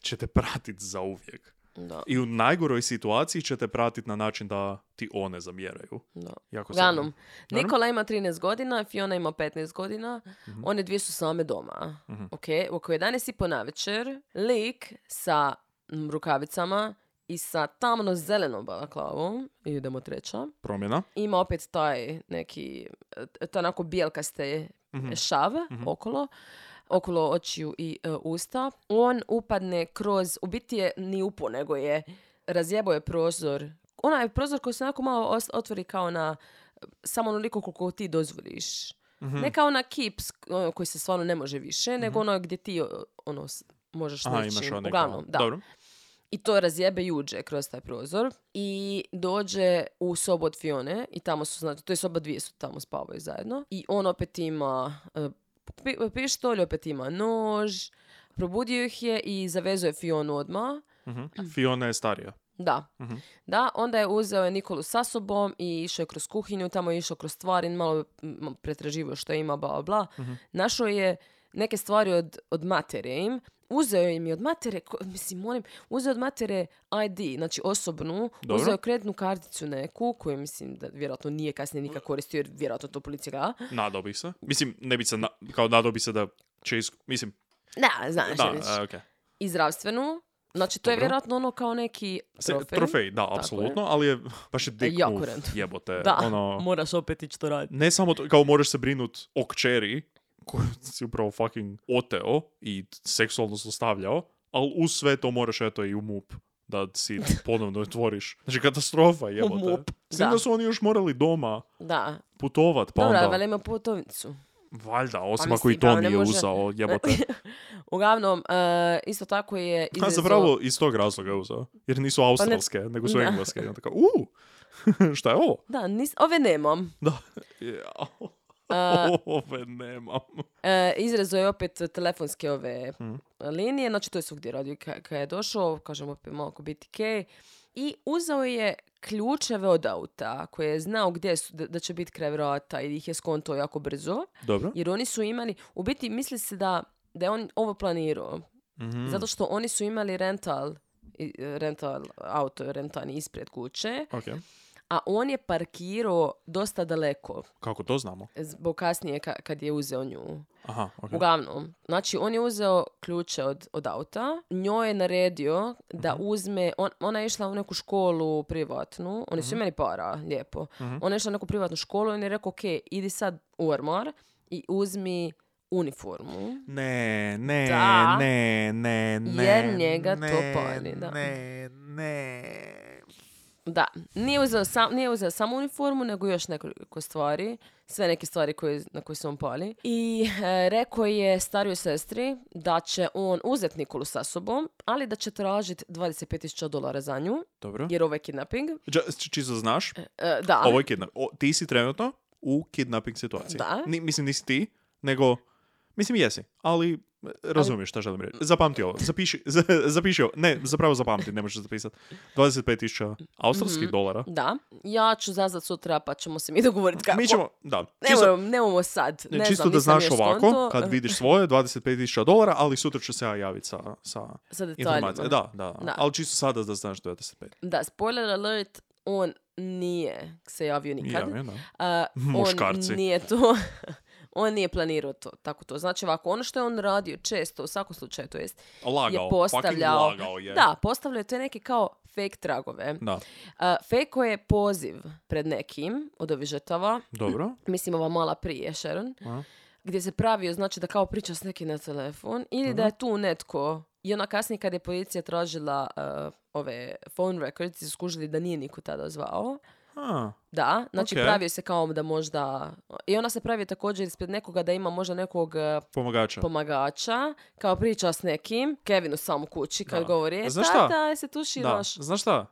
će te pratit za uvijek.
Da,
I u najgoroj situaciji će te pratit na način da ti one zamjeraju.
da.
Jako sam-
Uglavnom,
Naravno.
Nikola ima 13 godina, Fiona ima 15 godina, one dvije su same doma. Ok, oko 11 i po navečer, lik sa mm, rukavicama i sa tamno-zelenom balaklavom, idemo treća,
Promjena.
ima opet taj neki, e, to onako bijelkaste
Mhm.
šav okolo, okolo očiju i e, usta. On upadne kroz, u biti je ni upo, nego je, razjebao je prozor. Onaj prozor koji se onako malo os- otvori kao na e, samo onoliko koliko ti dozvoliš.
Mhm.
Ne kao na kips ono, koji se stvarno ne može više, nego ono gdje ti o- ono, s- možeš
Aha,
nići.
imaš one
Uglavnom,
kao-
da.
Dobro.
I to razjebe i uđe kroz taj prozor i dođe u sobu od Fione i tamo su, znači, to je soba dvije su tamo spavaju zajedno i on opet ima e, pi- pištolj, opet ima nož, probudio ih je i zavezuje Fionu odmah.
Mhm. Fiona je starija.
Da.
Mhm.
Da, onda je uzeo je Nikolu sa sobom i išao je kroz kuhinju, tamo je išao kroz stvari, malo m, pretraživao što ima, bla, bla, bla.
Mhm.
Našao je neke stvari od, od matere im, uzeo im je od matere, ko- mislim, molim, uzeo je od matere ID, znači osobnu,
Dobro.
uzeo je kreditnu karticu neku, koju mislim da vjerojatno nije kasnije nikad koristio, jer vjerojatno to policija ga...
Nadao bi se. Mislim, ne bi se, na, kao nadao bi se da će isk... Mislim,
Da, znaš,
da,
je već.
a, okej.
i zdravstvenu, znači to je
Dobro.
vjerojatno ono kao neki
Se-
trofej.
Trofej, da, apsolutno, ali je baš je dick
Jako
move,
random.
jebote.
Da,
Ono,
moraš opet ići to raditi.
ne samo to, kao moraš se brinut o kćeri, koju si upravo fucking oteo i seksualno zlostavljao, ali uz sve to moraš eto i u MUP da si ponovno otvoriš. Znači katastrofa jebote.
MUP,
S tim
da.
da su oni još morali doma
Da,
putovat, pa
Dobro,
onda,
ali ima putovnicu.
valjda, osim
Pa
ako i
mislim,
to
da, ne
nije
može-
uzao, jebote.
Uglavnom, e, isto tako je
A
izrezao...
zapravo iz tog razloga je uzeo, jer nisu australske, nego su
Pa Da.
engleske. I onda kao, u, šta je ovo?
Da, nis, ove nemam.
Da. Ja. Ove nemam.
E, izrezao je opet telefonske ove linije, znači to je svugdje radio ka- kad je došao, kažem opet malo ko BTK. I uzeo je ključeve od auta koje je znao gdje su, da, da će biti kraj vrata i ih je skonto jako brzo.
Dobro.
Jer oni su imali, u biti misli se da, da je on ovo planirao.
Mhm.
Zato što oni su imali rental, i- e, rental auto, rentan ispred kuće.
Ok.
a on je parkirao dosta daleko
Kako to znamo?
zbog kasnije ka- kad je uzeo nju.
Aha, ok.
Uglavnom, znači on je uzeo ključe od, od auta, njoj je naredio da uzme, on- ona je išla u neku školu privatnu, oni su imali para, lijepo. Ona je išla u neku privatnu školu i on je rekao, ok, idi sad u ormar i uzmi uniformu.
Ne, ne,
Da.
ne, ne, ne.
Jer njega to
ne,
pali, da.
Ne, ne.
Da, nije uzeo, sam, nije uzeo samo uniformu, nego još nekoliko stvari, sve neke stvari koje, na koje se on pali. I e, rekao je starijoj sestri da će on uzeti Nikolu sa sobom, ali da će tražiti 25.000 dolara za nju,
Dobro.
jer ovo je kidnapping.
Ča- č- Čisto da znaš,
E, da,
ovo je kidnap. O, ti si trenutno u kidnapping situaciji.
Da.
Ni- mislim, nisi ti, nego... Mislim, jesi, ali e, razumiješ šta želim reći. Zapamti ovo, zapiši, za- zapiši ovo. Ne, zapravo zapamti, ne možeš zapisati. 25.000 australskih
Mhm.
dolara.
da. Ja ću zazvat sutra pa ćemo se mi dogovoriti kako.
Mi ćemo, da,
Ne
čisto,
moramo- nemamo sad. Ne
čisto
znam,
da
nisam
znaš
još
ovako,
skonto.
kad vidiš svoje, 25.000 dolara, ali sutra ću se ja javiti sa, sa
Sa detaljima.
informacijama. Da, da,
Da.
ali čisto sada da znaš 25.
Da, spoiler alert, on nije se javio nikad.
Ja, da.
A,
Muškarci.
On nije to... on nije planirao to, tako to. Znači ovako, ono što je on radio često, u svakom slučaju, to jest,
Lagao,
je
fucking
postavljao...
lagao je.
Da, postavljao je te neke kao fake tragove.
Da,
A, fake je poziv pred nekim od ovih žrtava,
dobro.
mislim ova mala prije, Sharon,
Aha.
gdje se pravio, znači da kao priča s nekim na telefon ili
Mhm.
da je tu netko i ona kasnije kad je policija tražila e, ove phone records i skužili da nije niko tada zvao.
A,
Da, znači
Ok.
pravio se kao da možda... I ona se pravi također ispred nekoga da ima možda nekog e,
pomagača.
pomagača, kao priča s nekim, Kevinu sam u kući kad
Da.
govori,
Znaš šta?
da, se tuši
da,
naš,
znaš šta?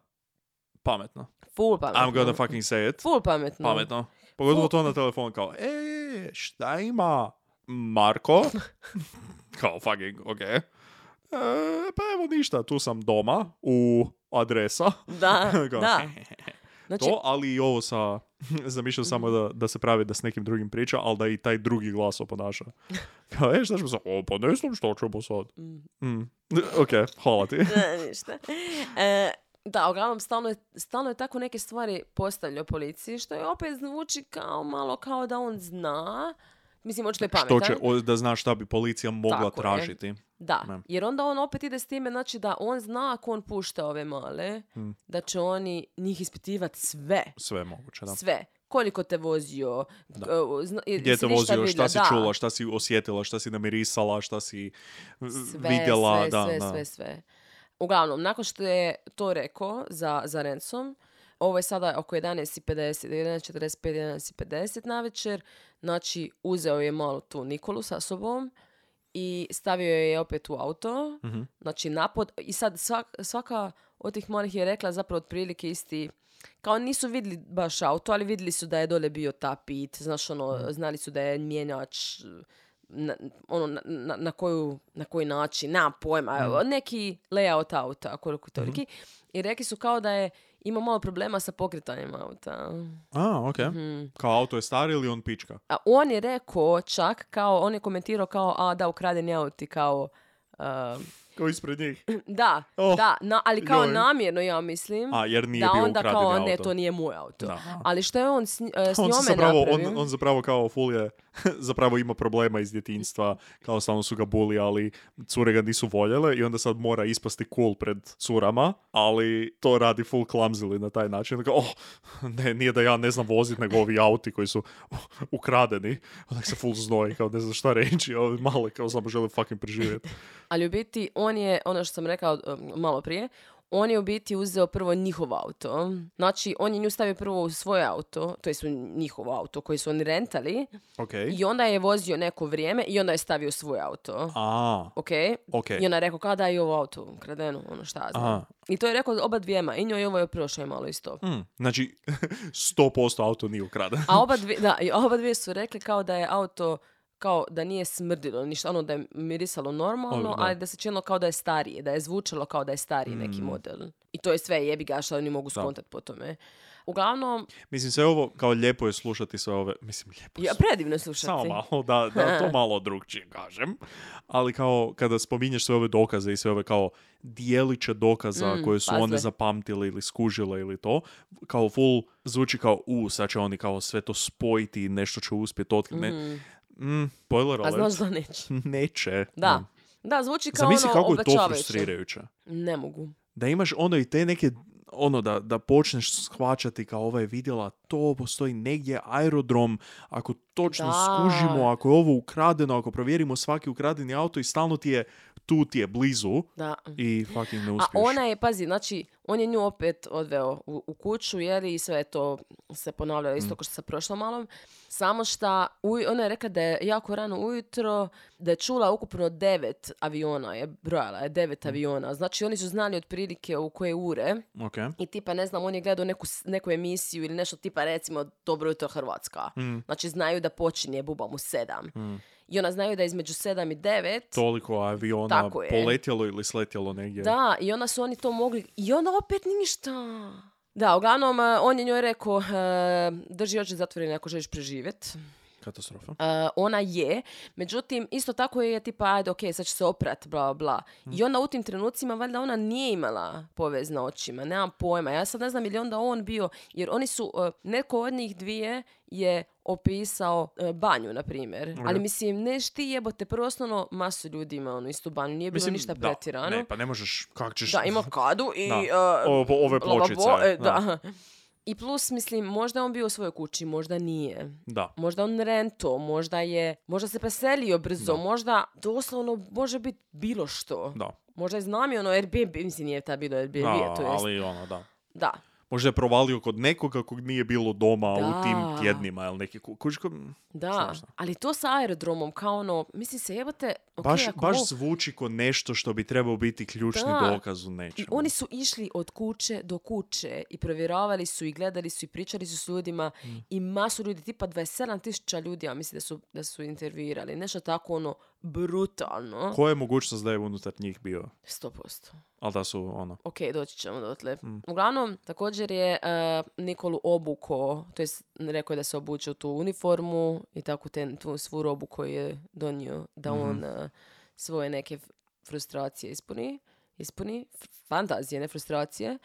Pametno.
full pametno.
I'm gonna fucking say it.
Full pametno.
Pametno. Pogotovo to na telefon kao, e, šta ima Marko? kao fucking, ok. E, pa evo ništa, tu sam doma u adresa.
Da,
Kao, "E,
da. Znači,
To, ali i ovo sa, zamišljam samo da, da se pravi da s nekim drugim priča, ali da i taj drugi glas oponaša. Kao, e, šta ćemo sad? O, pa ne znam što ćemo sad. Mm. Ok, hvala ti.
Ne, ništa. E, da, uglavnom stalno je, stalno je tako neke stvari postavljao policiji, što je opet zvuči kao malo kao da on zna. Mislim, očito je pametan.
Što će, o, da znaš šta bi policija mogla
Tako je.
tražiti.
Da,
Ne.
jer onda on opet ide s time, znači da on zna ako on pušta ove male,
Hmm.
da će oni njih ispitivati sve,
Sve je moguće, da.
sve. Koliko te vozio, k- e, zna, je-
Gdje
jesi
te
ništa
vozio,
vidjela,
šta si
da.
čula, šta si osjetila, šta si namirisala, šta si eh,
sve,
vidjela.
sve,
da,
sve,
da.
sve, sve. Uglavnom, nakon što je to rekao za, za Ransom, ovo je sada oko 11.50, 11.45, 11.50 na večer, znači uzeo je malo tu Nikolu sa sobom i stavio je opet u auto,
Mhm.
znači napod, i sad svak- svaka od tih malih je rekla zapravo otprilike isti, kao nisu vidjeli baš auto, ali vidjeli su da je dole bio tapit, znaš ono,
Mhm.
znali su da je mjenjač, na, ono, na, na, na koju, na koji način, nemam
Mhm.
pojma, neki layout auta, koliko toliki. I rekli su kao da je imao malo problema sa pokretanjem auta.
A, ok.
Mhm.
Kao auto je stari ili on pička?
A on je rekao čak, kao, on je komentirao kao, a da, ukradeni auti, kao, um,
Kao ispred njih.
da,
Oh,
da, na- ali kao
joj.
namjerno, ja mislim,
A, jer nije
da
bio
onda kao,
ukradeni
ne,
auto.
to nije moj auto.
Da.
Ali što je on s, nj- e, s
On, se
njome
zapravo,
napravio?
on, on zapravo kao ful je, zapravo ima problema iz djetinjstva, kao stalno su ga buli, ali cure ga nisu voljele i onda sad mora ispasti cool pred curama, ali to radi full clumsily na taj način. Onda Kao, oh, ne, nije da ja ne znam vozit, nego ovi auti koji su ukradeni, onak se full znoji, kao ne znam šta reći, a ovi male kao samo žele fucking preživjeti.
Ali u biti, on je, ono što sam rekao um, malo prije, on je u biti uzeo prvo njihov auto. Znači, on je nju stavio prvo u svoje auto, to je su njihov auto koji su oni rentali,
Ok.
i onda je vozio neko vrijeme i onda je stavio svoj auto.
A,
Ok?
ok.
I ona je rekao, kada je ovo auto ukradeno, ono šta ja znam.
Aha.
I to je rekao oba dvijema, i njoj ovo je prošlo je malo isto.
Mm, znači, 100% auto nije ukraden.
A oba dvije, da, i oba dvije su rekli kao da je auto kao da nije smrdilo ništa, ono da je mirisalo normalno,
Dobro, Ono, da.
ali da se činilo kao da je starije, da je zvučalo kao da je stariji
Mm.
neki model. I to je sve jebi ga što oni mogu skontat po tome. Uglavnom,
Mislim, sve ovo, kao lijepo je slušati sve ove, mislim, lijepo je
ja, predivno je slušati.
Samo malo, da, da to malo drugčije kažem. Ali kao kada spominješ sve ove dokaze i sve ove kao dijeliće dokaza koje su
puzzle.
one zapamtile ili skužile ili to, kao full zvuči kao u, sad će oni kao sve to spojiti i nešto će uspjeti otkriti. Ne, mm, spoiler
A
alert,
znaš da neće.
neće.
Da. Da, zvuči kao
Zamisli
ono
kako je to
obećavajuće.
frustrirajuće.
Ne mogu.
Da imaš ono i te neke ono da, da počneš shvaćati kao ova je vidjela to, postoji negdje aerodrom, ako točno
Da.
skužimo, ako je ovo ukradeno, ako provjerimo svaki ukradeni auto i stalno ti je tu ti je blizu
Da.
i fucking ne
A
uspiješ.
ona je, pazi, znači, on je nju opet odveo u, u kuću, jer i sve je to se ponavljalo
Mm.
isto kao što se prošlo malom. Samo šta, uj- ona je rekla da je jako rano ujutro, da je čula ukupno devet aviona, je brojala je
Mm.
devet aviona. Znači, oni su znali otprilike u koje ure.
Ok.
I tipa, ne znam, on je gledao neku, s- neku emisiju ili nešto tipa, recimo, Dobro jutro Hrvatska.
Mm,
Znači, znaju da počinje bubam u sedam.
mm.
I ona znaju da je između sedam i devet.
Toliko aviona
Tako je.
poletjelo ili sletjelo negdje.
Da, i onda su oni to mogli. I onda opet ništa. Da, uglavnom, eh, on je njoj rekao, eh, drži oči zatvorene ako želiš preživjeti.
Katastrofa.
Eh, ona je, međutim, isto tako je tipa, ajde, ok, sad će se oprat, bla, bla, bla.
Mm.
I onda u tim trenucima, valjda ona nije imala povez na očima, nemam pojma. Ja sad ne znam ili onda on bio, jer oni su, eh, neko od njih dvije je opisao eh, banju, na primjer. Ali mislim, neš ti jebote, prvo osnovno masu ljudi ima onu istu banju, nije bilo ništa
da,
pretjerano.
Ne, pa ne možeš, kak ćeš...
Da, ima kadu i...
Da.
e,
Ovo- ove
lavabo,
pločice.
e, da. I plus, mislim, možda je on bio u svojoj kući, možda nije.
Da.
Možda on rento, možda je, možda se preselio brzo, možda doslovno može biti bilo što.
Da.
Možda je znamio ono Airbnb, mislim nije ta bilo Airbnb,
Da,
to jest.
ali ono, da.
Da,
Možda je provalio kod nekoga kog nije bilo doma u
Da.
tim tjednima ili neki ku- kuš- ko-
da.
Znam šta.
Ali to sa aerodromom, kao ono, mislim se jebate, ok,
baš,
ako
baš
ovo-
zvuči ko nešto što bi trebao biti ključni
Da.
dokaz u
I
nečemu.
oni su išli od kuće do kuće i provjeravali su i gledali su i pričali su s ljudima i masu ljudi, tipa 27 tisuća ljudi, ja mislim da su, da su intervjuirali. Nešto tako ono brutalno.
Koja je mogućnost da je unutar njih bio?
100%.
Ali da su ono...
Ok, doći ćemo dotle. Uglavnom, također je e, Nikolu obuko, to jest rekao je da se obuče u tu uniformu i tako ten, tu svu robu koju je donio da on e, svoje neke f- frustracije ispuni, ispuni f- fantazije, ne frustracije.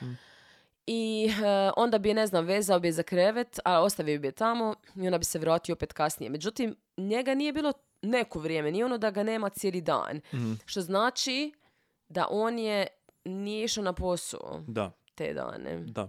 I e, onda bi je, ne znam, vezao bi je za krevet, a ostavio bi je tamo i onda bi se vratio opet kasnije. Međutim, njega nije bilo neko vrijeme, nije ono da ga nema cijeli dan.
Mhm.
Što znači da on je nije išao na posao
Da,
te dane.
da.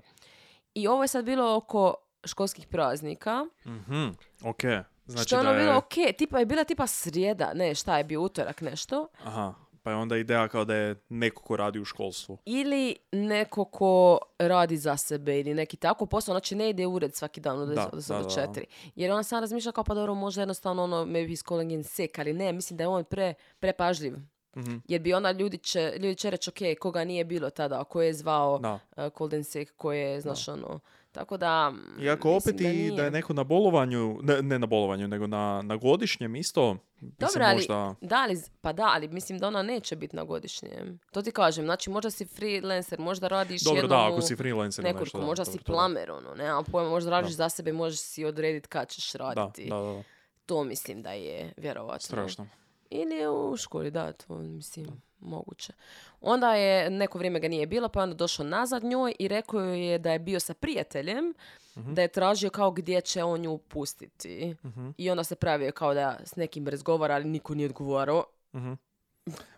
I ovo je sad bilo oko školskih praznika.
Mhm, ok. Znači
što je ono
da je...
bilo ok, tipa je bila tipa srijeda, ne šta je bio utorak nešto.
Aha, pa je onda ideja kao da je neko ko radi u školstvu.
Ili neko ko radi za sebe ili neki tako posao, znači ne ide u ured svaki dan od
Da,
10 do
da,
10 do
da.
4. Jer ona sam razmišlja kao pa dobro, možda jednostavno ono maybe he's calling in sick, ali ne, mislim da je on pre, prepažljiv.
Mhm.
Jer bi onda ljudi će, ljudi će reći, ok, koga nije bilo tada, ko je zvao
Da.
uh, cold and sick, ko je, znaš, ono, tako da... mm,
Iako
mislim
opet i da
nije.
je neko na bolovanju, ne, ne na bolovanju, nego na, na godišnjem isto, bi se
Dobro, ali,
možda...
da, ali, pa da, ali mislim da ona neće biti na godišnjem. To ti kažem, znači možda si freelancer, možda radiš
Dobro,
jednom
da,
u
ako si freelancer ili
nekoliko,
nešto. da,
možda
dobro,
si
to da.
plamer, ono, nemam pojma, možda radiš za sebe, možeš si odrediti kad ćeš raditi.
Da, da, da, da,
To mislim da je vjerovatno.
strašno.
Ili u školi, da, to mislim, moguće. Onda je, neko vrijeme ga nije bilo, pa je onda došao nazad njoj i rekao joj je da je bio sa prijateljem,
Mhm.
da je tražio kao gdje će on nju pustiti. I onda se pravio kao da s nekim razgovara, ali niko nije odgovarao.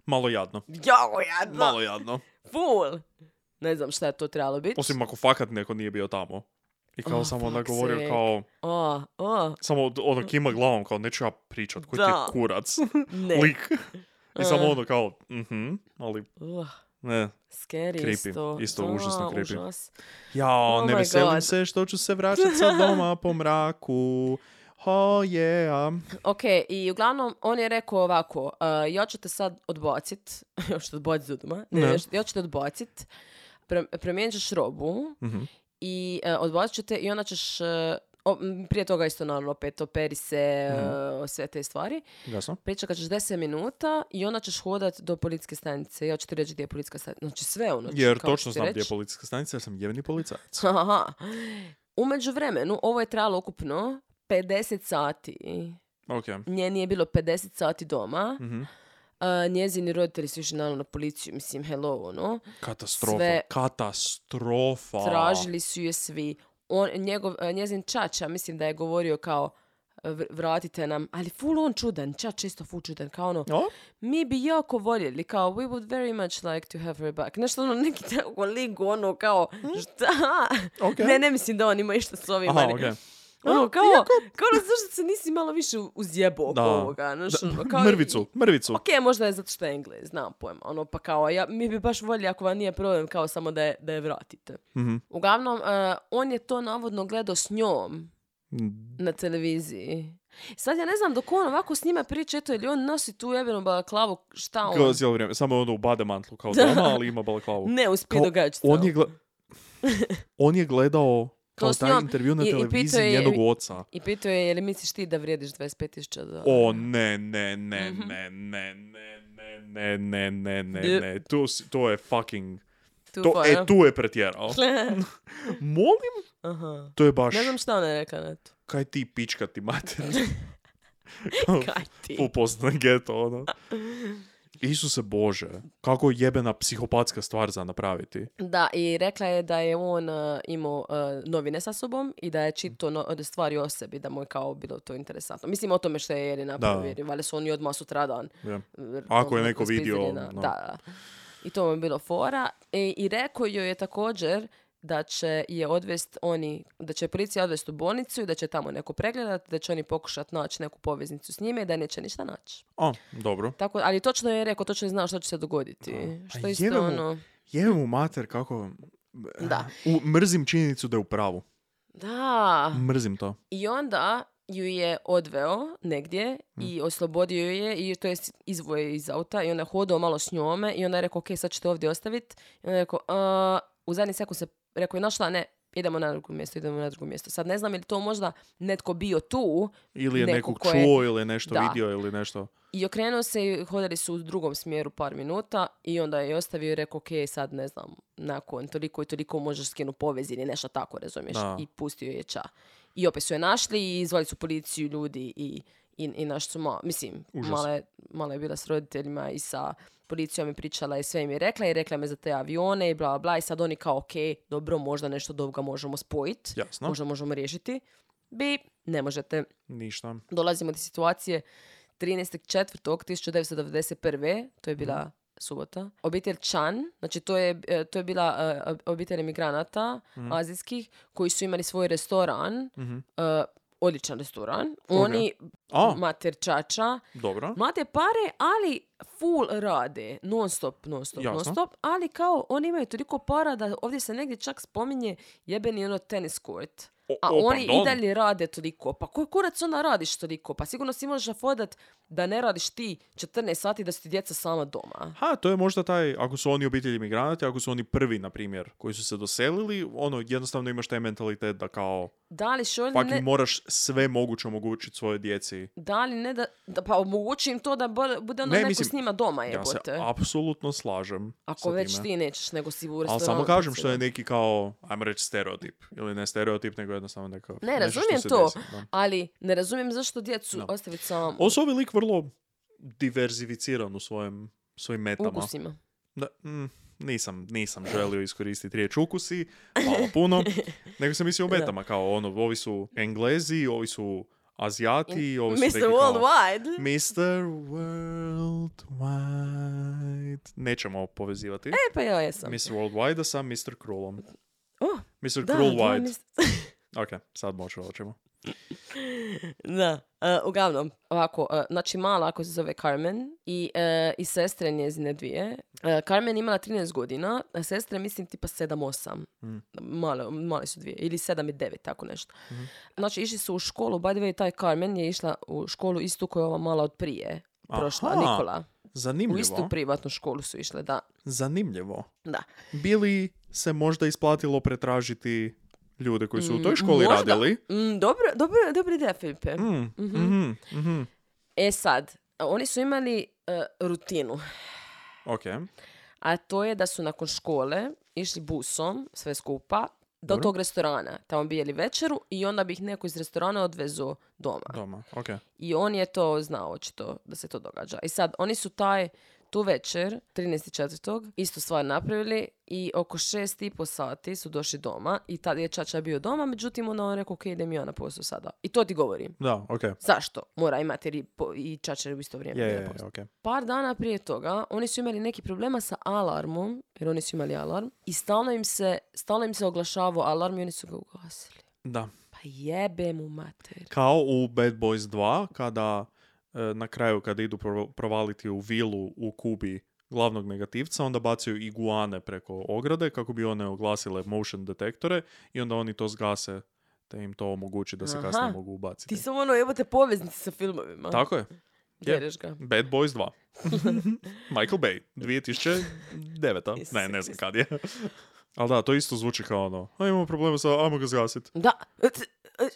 Malo jadno.
Jao, jadno!
Malo jadno.
Ful! Ne znam šta je to trebalo biti.
Osim ako fakat neko nije bio tamo. I kao
Oh,
samo onda
fuck
govorio
sake.
kao,
A, a,
samo ono kima glavom kao neću ja pričat, koji ti je
Da.
kurac,
ne.
lik. I samo
Eh.
ono kao, mhm, ali
Uh,
ne.
scary
Creepy.
isto.
Isto
Da,
užasno creepy.
užas.
Ja,
Oh
ne
my
veselim
God.
se što ću se vraćat sa doma po mraku. Oh yeah.
Ok, i uglavnom on je rekao ovako, uh, ja ću te sad odbacit, ja ću te odbacit od doma, ne,
Ne.
ja ću- ja ću te odbacit, pre- promijenit ćeš robu
Mhm.
i uh, odbacit ću te i onda ćeš, uh, o- m, prije toga isto naravno opet operi se,
Mhm.
uh, sve te stvari,
Jasno.
pričekat ćeš 10 minuta i onda ćeš hodat do policijske stanice, ja ću ti reći gdje je policijska stanica, znači sve ono ću-
Jer
kao ću ti
točno znam gdje je
reći.
policijska stanica, jer sam jevni policajac.
Aha. U međuvremenu, ovo je trajalo ukupno 50 sati.
Ok.
Njeni je bilo 50 sati doma.
Mhm.
A, njezini roditelji su išli naravno na policiju, mislim, hello, ono.
Katastrofa.
Sve-
Katastrofa.
Tražili su je svi. On, njegov, a, njezin čača, mislim da je govorio kao, v- vratite nam, ali full on čudan, ča čisto full čudan, kao ono,
O?
mi bi jako voljeli, kao, we would very much like to have her back. Nešto ono, neki tako ligu, ono, kao, šta?
Ok.
Ne, ne mislim da on ima išta s ovim,
Mm. Aha,
ali-
okej.
ono, kao, kao ono, zašto se nisi malo više uzjebao oko
Da.
ovoga, znaš, ono, kao...
Mrvicu, mrvicu.
Ok, možda je zato što je Englez, znam pojma. Ono, pa kao, ja, mi bi baš voljeli ako vam nije problem kao samo da je, da je vratite.
Mhm.
Uglavnom, eh, on je to navodno gledao s njom
Mm,
na televiziji. Sad ja ne znam dok on ovako s njima priča, eto, ili on nosi tu jebenu balaklavu, šta on?
Kao cijelo vrijeme, samo ono u bade mantlu kao doma, ali ima balaklavu.
Ne, uspije
Kao,
događati.
On je, gle- on je gledao kao
Kao s
taj
njom
intervju na
i- i pitao
televiziji
je-
njenog oca.
I pitao je, je li misliš ti da vrijediš 25.000 dolara?
O ne, ne, ne,
Mhm.
ne, ne, ne, ne, ne, ne, ne, ne,
Je.
ne, to, si- to je fucking,
Tu pa
to,
fora.
e, tu je pretjerao. Molim?
Aha.
To je baš,
Ne znam šta ona je rekla na to.
kaj ti pičkati mater.
Kaj ti?
Upoznan geto, ono. Isuse Bože, kako jebena psihopatska stvar za napraviti.
Da, i rekla je da je on e, imao e, novine sa sobom i
Mhm.
da je čito no, stvari o sebi, da mu je kao bilo to interesantno. Mislim o tome što je Jeri napravio,
Da.
jer valjda su oni odmah sutradan. e,
Je.
R-
Ako je
ono,
neko vidio,
spizdili na-
no.
Da, da. I to mu je bilo fora. E, I, i rekao joj je također da će je odvest oni, da će policija odvest u bolnicu i da će tamo neko pregledati, da će oni pokušati naći neku poveznicu s njime i da neće ništa naći.
A, dobro.
Tako, ali točno je rekao, točno je znao što će se dogoditi.
Da.
Što
A
je
jebe
isto
mu-
ono...
Jebe mu mater kako... eh,
Da.
U, mrzim činjenicu da je u pravu.
Da.
Mrzim to.
I onda ju je odveo negdje i oslobodio ju je, i, to jest izveo je iz auta i onda je hodao malo s njome i onda je rekao, ok, sad ću te ovdje ostaviti. I onda je rekao, "A, u zadnji sekund se, rekao je, našla, ne, idemo na drugo mjesto, idemo na drugo mjesto. Sad ne znam je li to možda netko bio tu
Ili je
Neko
nekog
ko je-
čuo ili je nešto
Da.
vidio ili nešto.
i okrenuo se i hodali su u drugom smjeru par minuta i onda je ostavio i rekao, ok, sad ne znam, nakon toliko i toliko možeš skinu povez ili nešto tako, razumiješ?
Da.
I pustio je ča. I opet su je našli i zvali su policiju, ljudi i, i, i naš su ma- mislim,
Užas.
mala je, mala je bila s roditeljima i sa policijom je pričala i sve im je rekla i rekla me za te avione i bla, bla, i sad oni kao, ok, dobro, možda nešto od ovoga možemo spojiti,
Jasno.
možda možemo riješiti. Bi, ne možete
Ništa.
dolazimo do situacije 13.4.1991. To je
Mhm.
bila subota. Obitelj Chan, znači to je, e, to je bila e, obitelj emigranata azijskih koji su imali svoj restoran,
Mhm.
e, odličan restoran. Oni,
A,
mater čača,
dobro.
mlade pare, ali full rade, non stop, non stop,
Jasno.
non stop, ali kao oni imaju toliko para da ovdje se negdje čak spominje jebeni ono tenis court.
O-
A
o,
oni
pardon.
i dalje rade toliko. Pa koji kurac onda radiš toliko? Pa sigurno si možeš afodat da ne radiš ti 14 sati da su ti djeca sama doma.
Ha, to je možda taj, ako su oni obitelji migranati, ako su oni prvi, na primjer, koji su se doselili, ono, jednostavno imaš taj mentalitet da kao,
Da li šolj
fucking
ne...
moraš sve moguće omogućiti svojoj djeci.
Da li ne da, da pa omogući im to da bo- bude ono
Ne,
neko
mislim,
s njima doma
Ja se
jebote.
apsolutno slažem
Ako
sa
već
time.
ti nećeš nego si u
Ali
restoranu.
samo kažem što
predsjedam.
je neki kao, ajmo reći stereotip. Ili ne stereotip, nego jednostavno neka...
Ne,
nešto što
razumijem
se
to,
desi, da.
ali ne razumijem zašto djecu
Da.
ostaviti samo
Ovo su ovaj lik vrlo diverzificiran u svojem, svojim metama.
ukusima.
Da, mm, nisam, nisam želio iskoristiti riječ ukusi, malo puno, nego sam mislio o metama, kao ono, ovi su Englezi, ovi su Azijati, ovi su neki
Mr.
kao...
Worldwide.
Mr. Worldwide. Nećemo povezivati
E pa ja jesam.
Mr. Worldwide sa Mr. Krulom.
Oh,
Mr.
da,
Krul
dva
White.
mis-
Ok, sad moću hoćemo.
Da, e, uglavnom, ovako, e, znači mala ako se zove Carmen i, e, i sestre njezine dvije. E, Carmen je imala 13 godina, a sestre mislim tipa 7-8.
Mm.
Male, male su dvije, ili 7 i 9, tako nešto.
Mhm.
Znači išli su u školu, by the way, taj Carmen je išla u školu istu koju je ova mala od prije. Prošla,
Aha, Mm,
Nikola. U istu
Zanimljivo.
privatnu školu su išle, da.
Zanimljivo.
da.
Bili se možda isplatilo pretražiti ljude koji su u toj školi
Možda.
radili.
Mm, dobro, dobro, dobra ideja, Filipe.
Mm, mhm, mhm.
E sad, oni su imali e, rutinu.
Ok.
a to je da su nakon škole išli busom, sve skupa, do
Dobro.
tog restorana. Tamo bijeli večeru i onda bi ih neko iz restorana odvezo doma.
Doma. Ok.
I on je to znao očito da se to događa. I sad, oni su taj, tu večer, 13.4. istu stvar napravili i oko šest i po sati su došli doma i tad je Čača bio doma, međutim onda on rekao ok, idem ja na posao sada. I to ti govorim.
Da, ok.
Zašto? Mora imati i, po- i Čača u isto vrijeme.
Je,
na
je,
poslu.
je, ok.
Par dana prije toga oni su imali neki problema sa alarmom, jer oni su imali alarm, i stalno im se, stalno im se oglašavao alarm i oni su ga ugasili.
Da.
Pa jebe mu mater.
Kao u Bad Boys 2, kada e, na kraju kada idu prov- provaliti u vilu u Kubi glavnog negativca, onda bacaju iguane preko ograde kako bi one oglasile motion detektore i onda oni to zgase te im to omogući da se
Aha.
kasnije mogu ubaciti.
Ti sam ono jebote poveznice sa filmovima.
Tako je.
Dereš ga.
Bad Boys 2. Michael Bay, 2009. Ne, ne znam kad je. Ali da, to isto zvuči kao ono, a imamo problema sa, ajmo ga zgasit.
Da.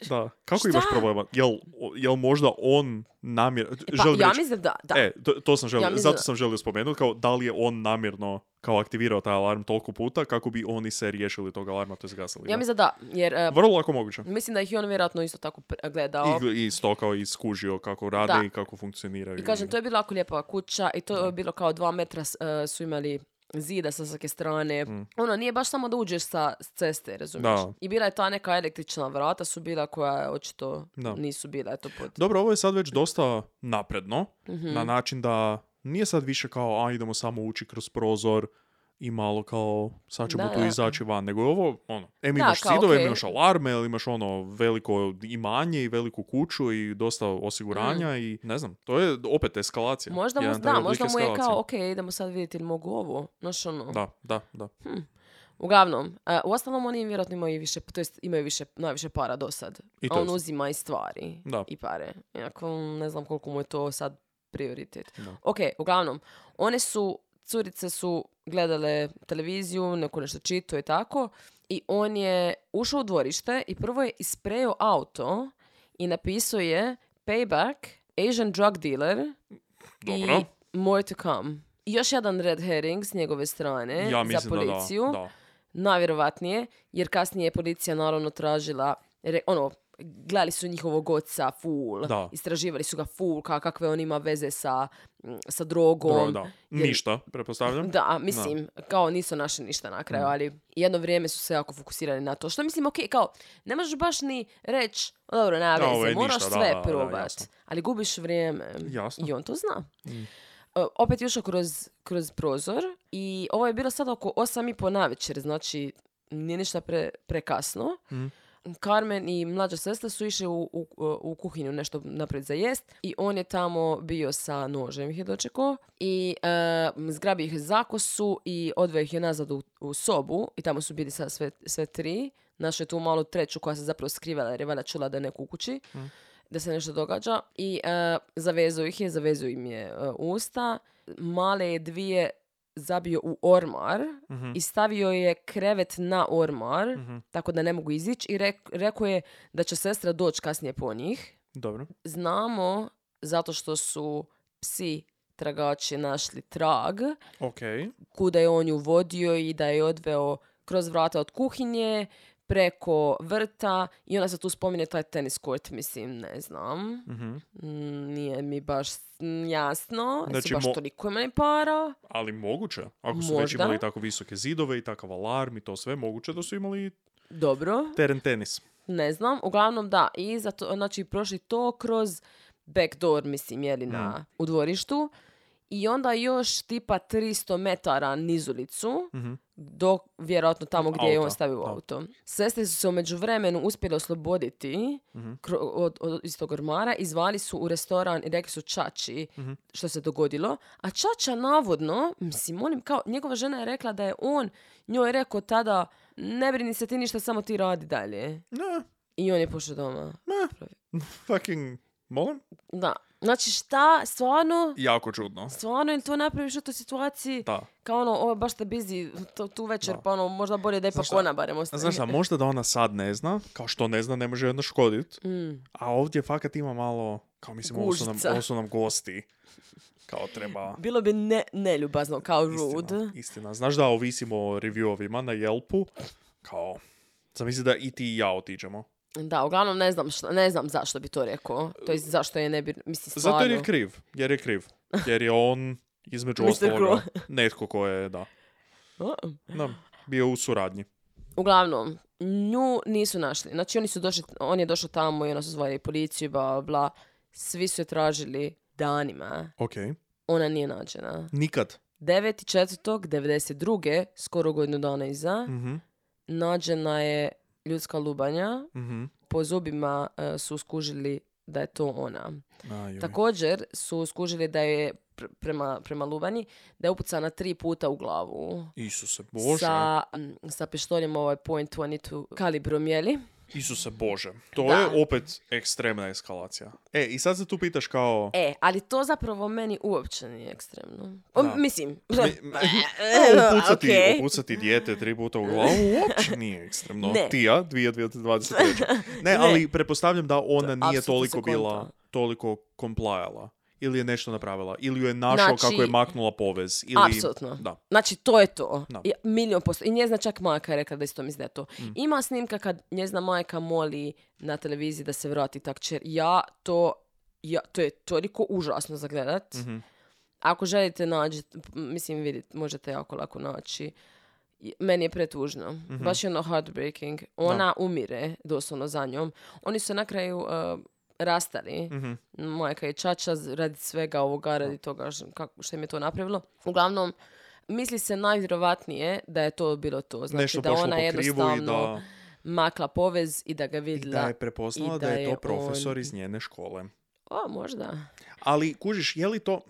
Da, kako
Šta?
imaš problema? Jel, jel možda on namjer...
Pa,
želim
ja
reći-
mislim da, da.
E, to, to sam želio,
Ja mislim
zato
da-
sam želio spomenuti, kao da li je on namjerno kao aktivirao taj alarm toliko puta kako bi oni se riješili tog alarma, to je zgasili.
ja
ga.
mislim da, jer e,
Vrlo lako moguće.
mislim da ih je on vjerojatno isto tako pre- gledao.
I, I stokao i skužio kako rade
Da.
i kako funkcioniraju.
I kažem, to je bila jako lijepa kuća i to je bilo kao dva metra s- e, su imali zida sa svake strane. Ono, nije baš samo da uđeš sa s ceste, razumiješ?
Mm. Da.
I bila je ta neka električna vrata su bila koja očito
Da.
nisu bila eto pod...
Dobro, ovo je sad već dosta napredno,
Mhm.
na način da nije sad više kao, a idemo samo ući kroz prozor i malo kao, sad ćemo
Da,
tu
da.
izaći van, nego je ovo, ono, em
Da,
imaš
kao,
zidove, em
okej.
imaš alarme, ili imaš ono veliko imanje i veliku kuću i dosta osiguranja i ne znam, to je opet eskalacija.
Mhm. Možda mu,
Jedan taj
da,
oblik
možda mu je
eskalacije.
kao, ok, idemo sad vidjeti ili mogu ovo. Znaš ono.
Da, da, da.
Uglavnom, e, uostalom oni vjerojatno imaju više, to jest imaju više, najviše para do sad.
I to
A
je
on
sad.
uzima i stvari
Da.
i pare. Iako ne znam koliko mu je to sad prioritet.
Da.
Ok, uglavnom, one su, curice su gledale televiziju, neko nešto čito i tako. I on je ušao u dvorište i prvo je isprejao auto i napisao je Payback, Asian drug dealer
Dobro.
i More to come. I još jedan red herring s njegove strane
Ja
e, za
mislim da da,
policiju
da.
najvjerovatnije, jer kasnije je policija naravno tražila, re- ono, gledali su njihovog oca full,
Da.
istraživali su ga full, ka, kakve on ima veze sa, mm, sa drogom.
Dobro, da.
jer-
Ništa, pretpostavljam.
Da, mislim, kao nisu našli ništa na kraju, ali jedno vrijeme su se jako fokusirali na to. Što mislim, ok, kao, ne možeš baš ni reći, dobro, nema
Da, ovo je
veze, moraš
ništa, da, da,
sve
da,
probat,
jasno.
ali gubiš vrijeme.
Jasno.
I on to zna. E, opet je išao kroz, kroz prozor i ovo je bilo sad oko osam i po navečer, znači nije ništa pre, prekasno. Carmen i mlađa sestra su išli u, u, u kuhinju nešto naprijed za jest i on je tamo bio sa nožem ih je dočekao i e, zgrabi ih za kosu i odveo ih je nazad u, u sobu i tamo su bili sad sve, sve tri. Našao je tu malu treću koja se zapravo skrivala jer je valjda čula da je neko u kući da se nešto događa i e, zavezao ih je, zavezao im je e, usta. Male je dvije zabio u ormar i stavio je krevet na ormar tako da ne mogu izići i rek- rekao je da će sestra doći kasnije po njih.
Dobro.
Znamo zato što su psi tragači našli trag
Okej.
kuda je on ju vodio i da je odveo kroz vrata od kuhinje, preko vrta i onda se tu spominje taj tenis court, mislim, ne znam.
Mhm.
Mm, Nije mi baš mm, jasno. Znači,
Znači,
baš
mo-
toliko imali para.
Ali moguće, ako su već
Možda.
imali tako visoke zidove i takav alarm i to sve, moguće da su imali
Dobro,
teren tenis.
ne znam. Uglavnom, da. I zato, znači, prošli to kroz backdoor, mislim, jeli na, u dvorištu. I onda još tipa 300 metara nizulicu,
Mhm.
do vjerojatno tamo gdje je
Auta,
on stavio
da.
auto. Sestre su se umeđu vremenu uspjeli osloboditi
Mhm.
kro- od, od istog ormara i zvali su u restoran i rekli su Čači
Mhm.
što se dogodilo. A Čača navodno, mislim, molim, kao njegova žena je rekla da je on njoj rekao tada ne brini se ti ništa, samo ti radi dalje.
Ne,
I on je pošao doma.
fucking, molim?
Da. Znači šta, stvarno,
Jako čudno.
stvarno ili to napraviš u toj situaciji?
Da.
Kao ono, ovo je baš te busy to, tu večer,
Da.
pa ono, možda bolje da ipak
šta?
ona barem ostane.
Znaš šta, možda da ona sad ne zna, kao što ne zna, ne može joj naškodit,
Mm.
a ovdje fakat ima malo, kao mislim, ovo su, nam,
Gužica.
ovo su nam gosti. Kao treba...
Bilo bi ne, neljubazno, kao rude.
Istina, istina. Znaš da ovisimo o reviewovima na Yelpu, kao... Zamisli da i ti i ja otiđemo.
Da, uglavnom ne znam, šta, ne znam zašto bi to rekao. To jest zašto je ne bi, mislim, stvarno.
Zato jer je kriv. Jer je kriv. Jer je on Između
Mr.
ostaloga, netko ko je, da,
O.
da, bio u suradnji.
Uglavnom, nju nisu našli. Znači, oni su došli, on je došao tamo i ona su zvali policiju, bla, bla, bla. Svi su je tražili danima.
Ok.
Ona nije nađena.
Nikad.
9.4.92. skoro godinu dana iza,
Mhm,
nađena je ljudska lubanja.
mhm.
Po zubima e, su skužili da je to ona.
Ajoj.
Također su skužili da je pr- prema, prema lubanji, da je upucana tri puta u glavu.
Isuse Bože.
Sa, mm, sa pištoljem ovaj point 22 kalibrom, jeli?
Isuse Bože. To
Da.
je opet ekstremna eskalacija. E, i sad se tu pitaš kao...
E, ali to zapravo meni uopće nije ekstremno. O,
Da.
Mislim,
A, E, upucati,
okej.
upucati dijete tri puta u glavu uopće nije ekstremno.
Ne.
Tija, 2023. Ne, ali pretpostavljam da ona nije
apsolutno
toliko
se konta.
bila, toliko komplajala. Ili je nešto napravila. Ili ju je našao
Znači-
kako je maknula povez. Ili...
apsolutno.
Da.
Znači, to je to.
Da. Mm.
I, milion posto. I njezna čak majka je rekla da isto misli da je to. Ima snimka kad njezna majka moli na televiziji da se vrati tak čer. Ja to, ja, to je toliko užasno za gledat.
Mhm.
Ako želite naći, mislim vidit, možete jako lako naći. I- Meni je pretužno.
Mhm.
Baš je ono heartbreaking. Ona umire doslovno za njom. Oni su na kraju eh, rastali.
Mhm.
Majka i čača z- radi svega ovoga, radi toga š- kako, što im je to napravilo. Uglavnom, misli se najvjerovatnije da je to bilo to. Znači
Nešto
da
pošlo
ona
po krivu i
jednostavno
da,
makla povez i da ga
i
vidla.
da je prepoznala
i
da,
da
je
je
to
on-
profesor iz njene škole.
O, možda.
Ali, kužiš, je li to...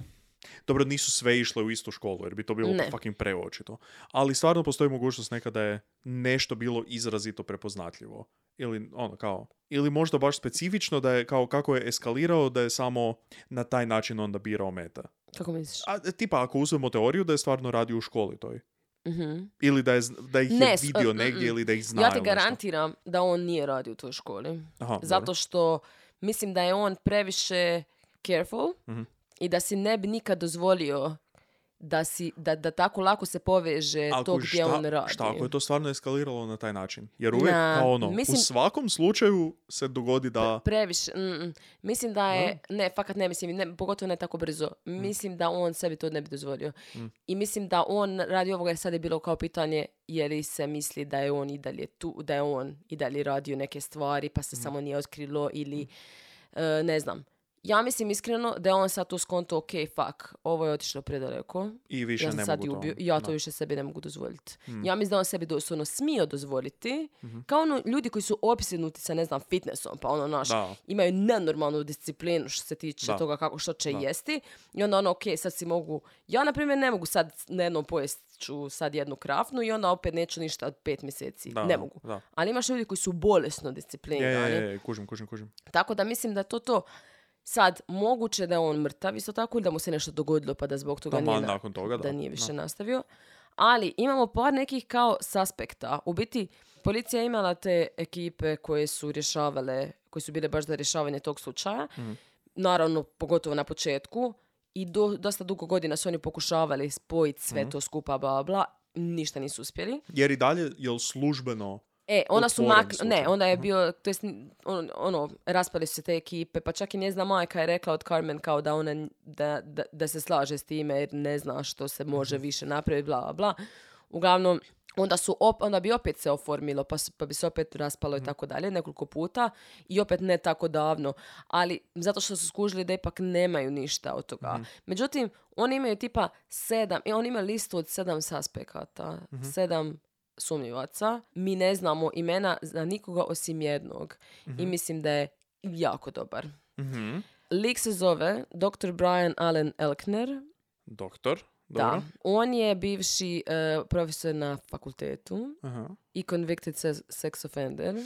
Dobro, nisu sve išle u istu školu, jer bi to bilo
Ne.
fucking preočito. Ali stvarno postoji mogućnost nekada je nešto bilo izrazito prepoznatljivo. Ili ono kao... Ili možda baš specifično da je kao kako je eskalirao da je samo na taj način onda birao meta.
Kako misliš?
A e, tipa ako uzmemo teoriju da je stvarno radio u školi toj.
Mhm.
Ili da, je, z- da ih je
Ne, s-
vidio
mm,
negdje
mm.
ili da ih zna.
Ja ti
ili nešto.
garantiram da on nije radio u toj školi.
Aha, dobro.
Zato što mislim da je on previše careful
Mhm.
i da si ne bi nikad dozvolio da, si, da, da tako lako se poveže
Ali
to
kužiš,
gdje
šta-
on radi.
Šta ako je to stvarno eskaliralo na taj način? Jer uvijek
Na,
kao ono,
mislim-
u svakom slučaju se dogodi da...
Previše, mm, mm. mislim da je, ne, fakat ne mislim, ne, pogotovo ne tako brzo.
Mm.
Mislim da on sebi to ne bi dozvolio. I mislim da on radi ovoga jer sad je bilo kao pitanje je li se misli da je on i dalje tu, da je on i dalje radio neke stvari pa
Mm.
se samo nije otkrilo ili e, ne znam. Ja mislim iskreno da je on sad tu skonto, ok, fuck, ovo je otišlo predaleko.
I više
ja sam
ne
sad i
mogu
ubio,
to. ono.
ja to
Da. Mm.
više sebi ne mogu dozvoliti. Ja mislim da on sebi doslovno smio dozvoliti,
Mhm.
kao ono ljudi koji su opsjednuti sa, ne znam, fitnessom, pa ono, naš,
Da.
imaju nenormalnu disciplinu što se tiče
Da.
toga kako što će jesti. I onda ono, ok, sad si mogu, ja na primjer ne mogu sad na jednom pojest ću sad jednu krafnu i onda opet neću ništa od pet mjeseci.
Da,
ne mogu.
da.
Ali imaš ljudi koji su bolesno
Je,
disciplinirani.
je, je, kužim, kužim, kužim.
Tako da mislim da je to to. Sad, moguće da je on mrtav isto tako ili da mu se nešto dogodilo pa da zbog toga
Taman
nije, na-
nakon toga, da.
nije više
Da.
nastavio. Ali imamo par nekih kao suspekta. U biti, policija je imala te ekipe koje su rješavale, koje su bile baš za rješavanje tog slučaja.
Mhm.
Naravno, pogotovo na početku. I do, dosta dugo godina su oni pokušavali spojiti
Mhm.
sve to skupa, bla, bla. Ništa nisu uspjeli.
Jer i dalje, jel službeno...
E, ona su
Otvoren
mak...
slučaj.
Ne, onda je bio, to jest, on- ono, raspali su se te ekipe, pa čak i njezna majka je rekla od Carmen kao da ona, n- da, da, da se slaže s time jer ne zna što se može više napraviti, bla, bla, bla. Uglavnom, onda su op, onda bi opet se oformilo, pa, s- pa bi se opet raspalo i tako dalje nekoliko puta i opet ne tako davno, ali zato što su skužili da ipak nemaju ništa od toga. Međutim, oni imaju tipa sedam, i oni imaju listu od sedam saspekata, sedam sumnjivaca. Mi ne znamo imena za nikoga osim jednog. I mislim da je jako dobar.
Mhm.
Lik se zove dr. Brian Allen Elkner.
Doktor,
Da.
dobro.
On je bivši e, profesor na fakultetu
Aha.
i convicted se- sex offender.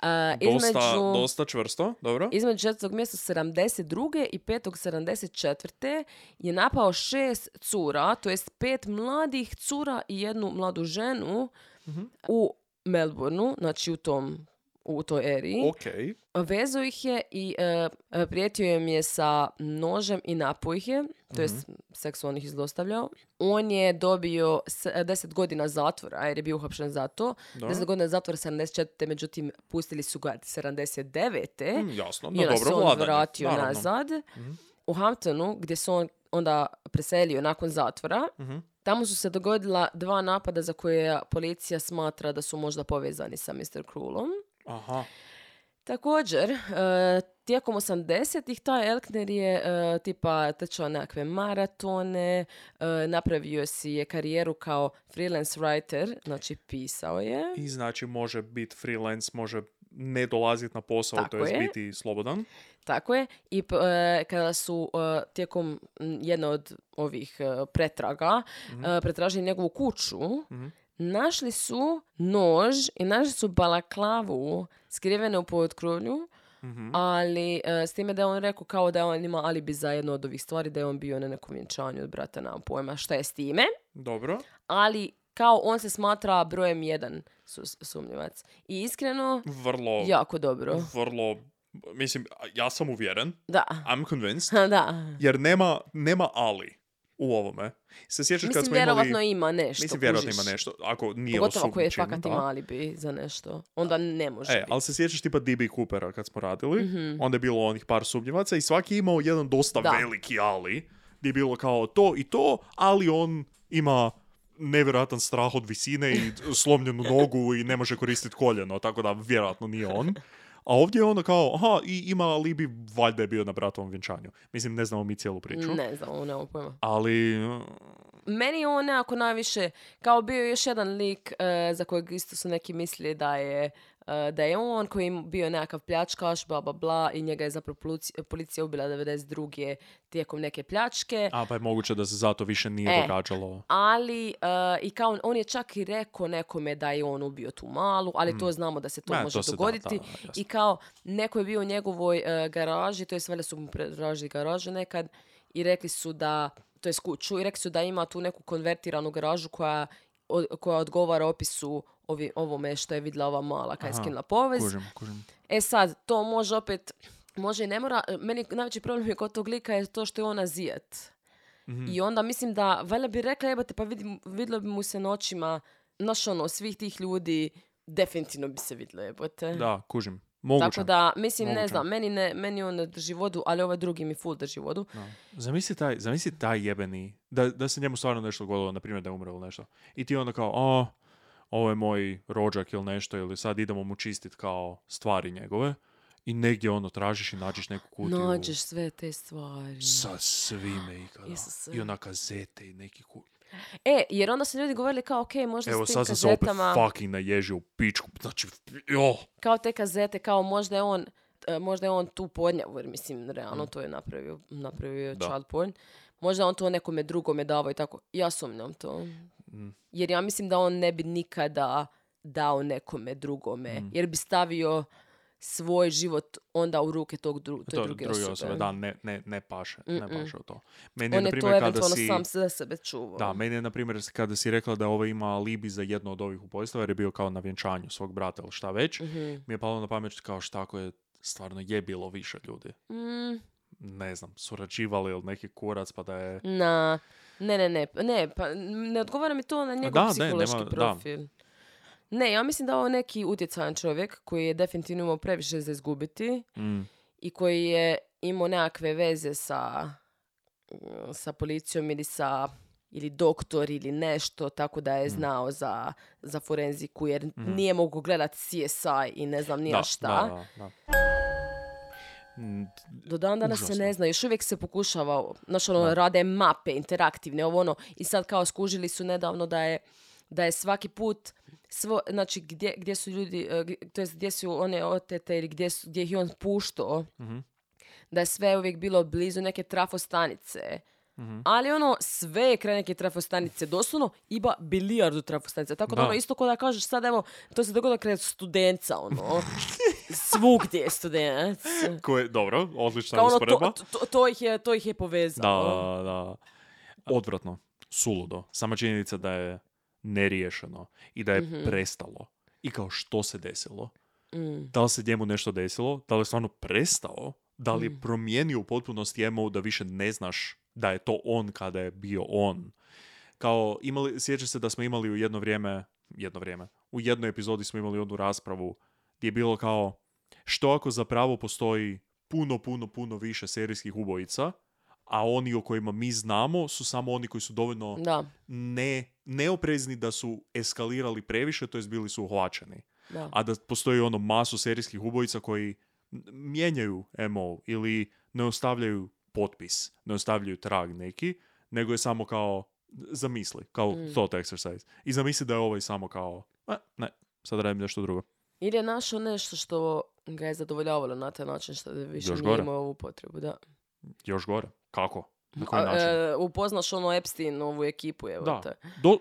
A,
Dosta,
između-
dosta čvrsto, dobro.
između 4. mjesta 72. i 5. 74. je napao šest cura, to jest pet mladih cura i jednu mladu ženu
Mhm.
u Melbourneu, znači u tom u toj eriji.
Ok,
Vezao ih je i e, e, prijetio im je sa nožem i napoj ih je, to jest
Mhm.
seksualno ih zlostavljao. On je dobio s- e, 10 godina zatvora jer je bio uhapšen za to.
Dobro.
10 godina zatvora 74. međutim pustili su ga 79.
Mm, jasno,
I
na
onda se
dobro
on
vladanje.
vratio
naravno. Mhm.
nazad. U Hamptonu, gdje su on onda preselio nakon zatvora.
Mhm.
Tamo su se dogodila dva napada za koje policija smatra da su možda povezani sa Mr. Krulom.
Aha.
Također, e, tijekom 80-ih taj Elkner je e, tipa tečao nekakve maratone, e, napravio si je karijeru kao freelance writer, znači pisao je.
I znači može biti freelance, može ne dolaziti na posao,
Tako
to jest
je.
biti slobodan.
Tako je. I p- e, kada su e, tijekom m, jedne od ovih e, pretraga e, pretražili njegovu kuću, našli su nož i našli su balaklavu skrivene u potkrovlju, ali e, s time da je on rekao kao da on ima alibi za jednu od ovih stvari, da je on bio na nekom vjenčanju od brata, nemam pojma šta je s time
Dobro.
ali kao on se smatra brojem jedan su- sumnjivac. I iskreno,
Vrlo,
jako dobro.
vrlo, mislim, ja sam uvjeren,
Da,
I'm convinced,
da.
jer nema, nema ali u ovome. Se sjećaš kad
Mislim,
smo imali...
vjerovatno ima nešto.
Mislim, vjerojatno
kužiš.
ima nešto, ako nije
Pogotovo ako je
osumnjičen,
fakat
da.
ima alibi za nešto. Onda ne može
E,
biti.
ali se sjećaš tipa DB Coopera kad smo radili, onda je bilo onih par sumnjivaca i svaki je imao jedan dosta
Mhm. Da.
veliki ali, gdje je bilo kao to i to, ali on ima nevjerojatan strah od visine i slomljenu nogu i ne može koristiti koljeno, tako da vjerojatno nije on. A ovdje je ono kao, aha, i ima alibi, valjda je bio na bratovom vjenčanju. Mislim, ne znamo mi cijelu priču.
Ne znam, ono nemam pojma.
Ali,
Meni je on nekako najviše, kao bio je još jedan lik e, za kojeg isto su neki mislili da je e, da je on koji je bio nekakav pljačkaš, bla, bla, bla, i njega je zapravo policija, policija ubila 92. tijekom neke pljačke.
a pa je moguće da se zato više nije
E.
događalo.
ali e, i kao on, on je čak i rekao nekome da je on ubio tu malu, ali to znamo da se to
Mm. Ma,
može
to se da,
dogoditi.
da, jasno.
I kao neko je bio u njegovoj e, garaži, to je valjda su mu predražili garažu nekad i rekli su da, to je kuću, i rekli su da ima tu neku konvertiranu garažu koja, od- koja odgovara opisu ovi, ovome što je vidjela ova mala kad je
Aha,
skinula povez.
Kužim, kužim.
E sad, to može opet, može i ne mora. E, Meni najveći problem je kod tog lika je to što je on azijet.
Mhm.
I onda mislim da, valjda bi rekla, jebate, pa vidi, vidjelo bi mu se noćima, znaš ono, svih tih ljudi, definitivno bi se vidjelo, jebote.
Da, kužim. Moguće.
Tako da, mislim, ne
Moguće.
znam, meni, ne, meni on ne drži vodu, ali ovaj drugi mi full drži vodu.
Zamisli taj, zamisli taj jebeni, da, da se njemu stvarno nešto dogodilo, na primjer da je umro ili nešto. I ti onda kao, a, ovo je moj rođak ili nešto, ili sad idemo mu čistit kao stvari njegove. I negdje ono tražiš i nađeš neku kutiju.
Nađeš sve te stvari.
Sa svime ikada.
Isuse.
I ona kazete i neki kut.
E, jer onda su ljudi govorili kao, ok, možda s
Evo
tim
sad sam se opet
kazetama...
fucking naježio u pičku. Znači, jo,
kao te kazete, kao možda je on e, možda je on tu podnjavu, jer mislim, realno to je napravio, napravio je
Mm. Da.
child porn. Možda on to nekome drugome davao i tako. Ja sumnjam to.
Mm.
Jer ja mislim da on ne bi nikada dao nekome drugome.
Mm.
Jer bi stavio svoj život onda u ruke tog dru- toj
to,
druge,
druge
osobe.
osobe. Da, ne, ne, ne paše. Ne paše u to. Meni
On
na
je to
primjer, kada
eventualno
si-
sam za sebe čuvao.
Da, meni je, na primjer, kada si rekla da ovo ima alibi za jedno od ovih ubojstava, jer je bio kao na vjenčanju svog brata ili šta već,
Mhm.
mi je palo na pamet kao šta ako je stvarno je bilo više ljudi.
Mm,
Ne znam, surađivali ili neki kurac, pa da je...
na, ne, ne, ne, ne, pa ne odgovara mi to na njegov
da, ne,
psihološki
nema- da.
profil. Ne, ja mislim da je ovo neki utjecajan čovjek koji je definitivno imao previše za izgubiti
Mm,
i koji je imao nekakve veze sa, sa policijom ili sa ili doktor ili nešto, tako da
Mm.
je znao za, za forenziku jer nije mogao gledati CSI i ne znam nija
Mm-hmm. da,
šta.
Da, da, da. Mm,
Do dan danas se ne
Užasno.
zna, još uvijek se pokušava, znaš ono, rade mape interaktivne, ovo ono, i sad kao skužili su nedavno da je, da je svaki put, svo, znači gdje, gdje su ljudi, e, gdje- to jest gdje su one otete ili gdje, su, gdje ih je on puštao,
Mhm.
da je sve uvijek bilo blizu neke trafostanice.
Mhm.
Ali ono, sve je kraj neke trafostanice, doslovno iba bilijardu trafostanica. Tako da,
Da.
ono, isto kao da kažeš sad, evo, to se dogodilo kraj studenca, ono. Svugdje je studenac.
koje, dobro, odlična
Kao ono,
usporedba.
to, to, to ih je, to ih je povezalo. ono.
Da, da. Odvratno, suludo. Sama činjenica da je neriješeno i da je
Mhm.
prestalo. I kao što se desilo?
Mm,
Da li se njemu nešto desilo? Da li je stvarno prestao? Da li je promijenio u potpunosti emo da više ne znaš da je to on kada je bio on? Kao, imali, sjeća se da smo imali u jedno vrijeme, jedno vrijeme, u jednoj epizodi smo imali onu raspravu gdje je bilo kao, što ako zapravo postoji puno, puno, puno više serijskih ubojica, a oni o kojima mi znamo su samo oni koji su dovoljno
Da,
ne, neoprezni da su eskalirali previše, to jest bili su uhvaćeni.
da.
A da postoji ono masu serijskih ubojica koji m- mijenjaju MO ili ne ostavljaju potpis, ne ostavljaju trag neki, nego je samo kao zamisli, kao
Mm.
thought exercise. I zamisli da je ovaj samo kao, "E, ne, sad radim nešto drugo.
Ili je našao nešto što ga je zadovoljavalo na taj način što više
Još
nije
gore.
imao ovu potrebu. Da.
Još gore. Kako? Na
A,
koji način?
e, upoznaš ono Epstein, ovu ekipu, evo
Da.
te.
Do,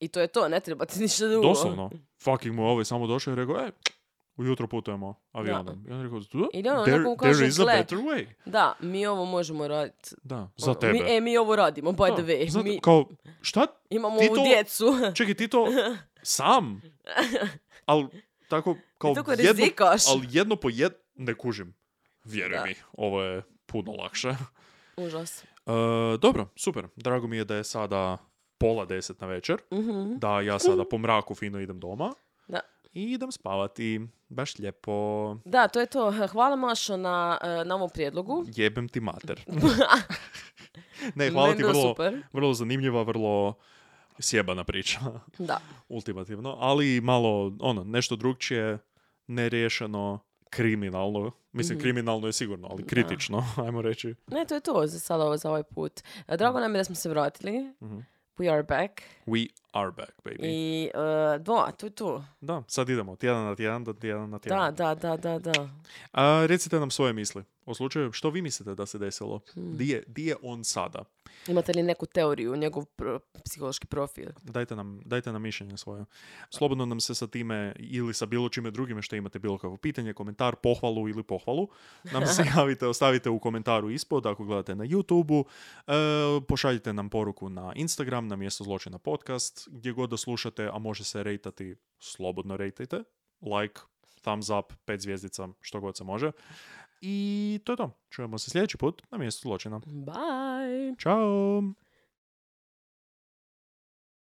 I to je to, ne treba ti ništa drugo.
doslovno. Fucking mu je ovaj samo došao i rekao, e, ujutro putujemo avionom. I on je rekao,
Ili ono,
there,
neko mu
there
kaže,
is a
"Gle,
better way.
Da, mi ovo možemo raditi.
Da, za
Ono,
tebe.
Mi, e, mi ovo radimo, by
Da,
the way.
za te-
mi
Kao, šta?
imamo
ti
ovu
to-
djecu.
Čekaj, ti to sam? Ali tako, kao
tako
jedno,
rizikaš.
ali jedno po jedno, ne kužim. Vjeruj
Da.
mi, ovo je puno lakše.
Užas.
E, dobro, super. Drago mi je da je sada pola deset na večer.
Mhm.
Da, ja sada po mraku fino idem doma.
Da.
I idem spavati. Baš lijepo.
Da, to je to. Hvala Mašo na, e, na ovom prijedlogu.
Jebem ti mater. ne, hvala
Meni
ti
je bilo
vrlo,
super.
vrlo zanimljiva, vrlo sjebana priča,
Da.
ultimativno, ali malo, ono, nešto drugčije, neriješeno, kriminalno, mislim
Mhm.
kriminalno je sigurno, ali kritično, ajmo reći.
Ne, to je to za sada ovo- za ovaj put. E, Drago nam je da smo se vratili. We are back.
We are back, baby.
I e, da, to je to.
Da, sad idemo, tjedan na tjedan, da tjedan na tjedan.
Da, da, da, da, da.
A, recite nam svoje misli o slučaju, što vi mislite da se desilo?
Hmm.
Di, je, di je on sada?
Imate li neku teoriju, njegov pro- psihološki profil?
Dajte nam, dajte nam mišljenje svoje. Slobodno nam se sa time ili sa bilo čime drugime što imate bilo kakvo pitanje, komentar, pohvalu ili pohvalu, nam se javite, ostavite u komentaru ispod ako gledate na YouTube-u, e, pošaljite nam poruku na Instagram, na mjesto zločina podcast, gdje god da slušate, a može se rejtati, slobodno rejtajte, like, thumbs up, pet zvjezdica, što god se može. I to je to. Čujemo se sljedeći put na mjestu zločina.
Bye!
Ćao!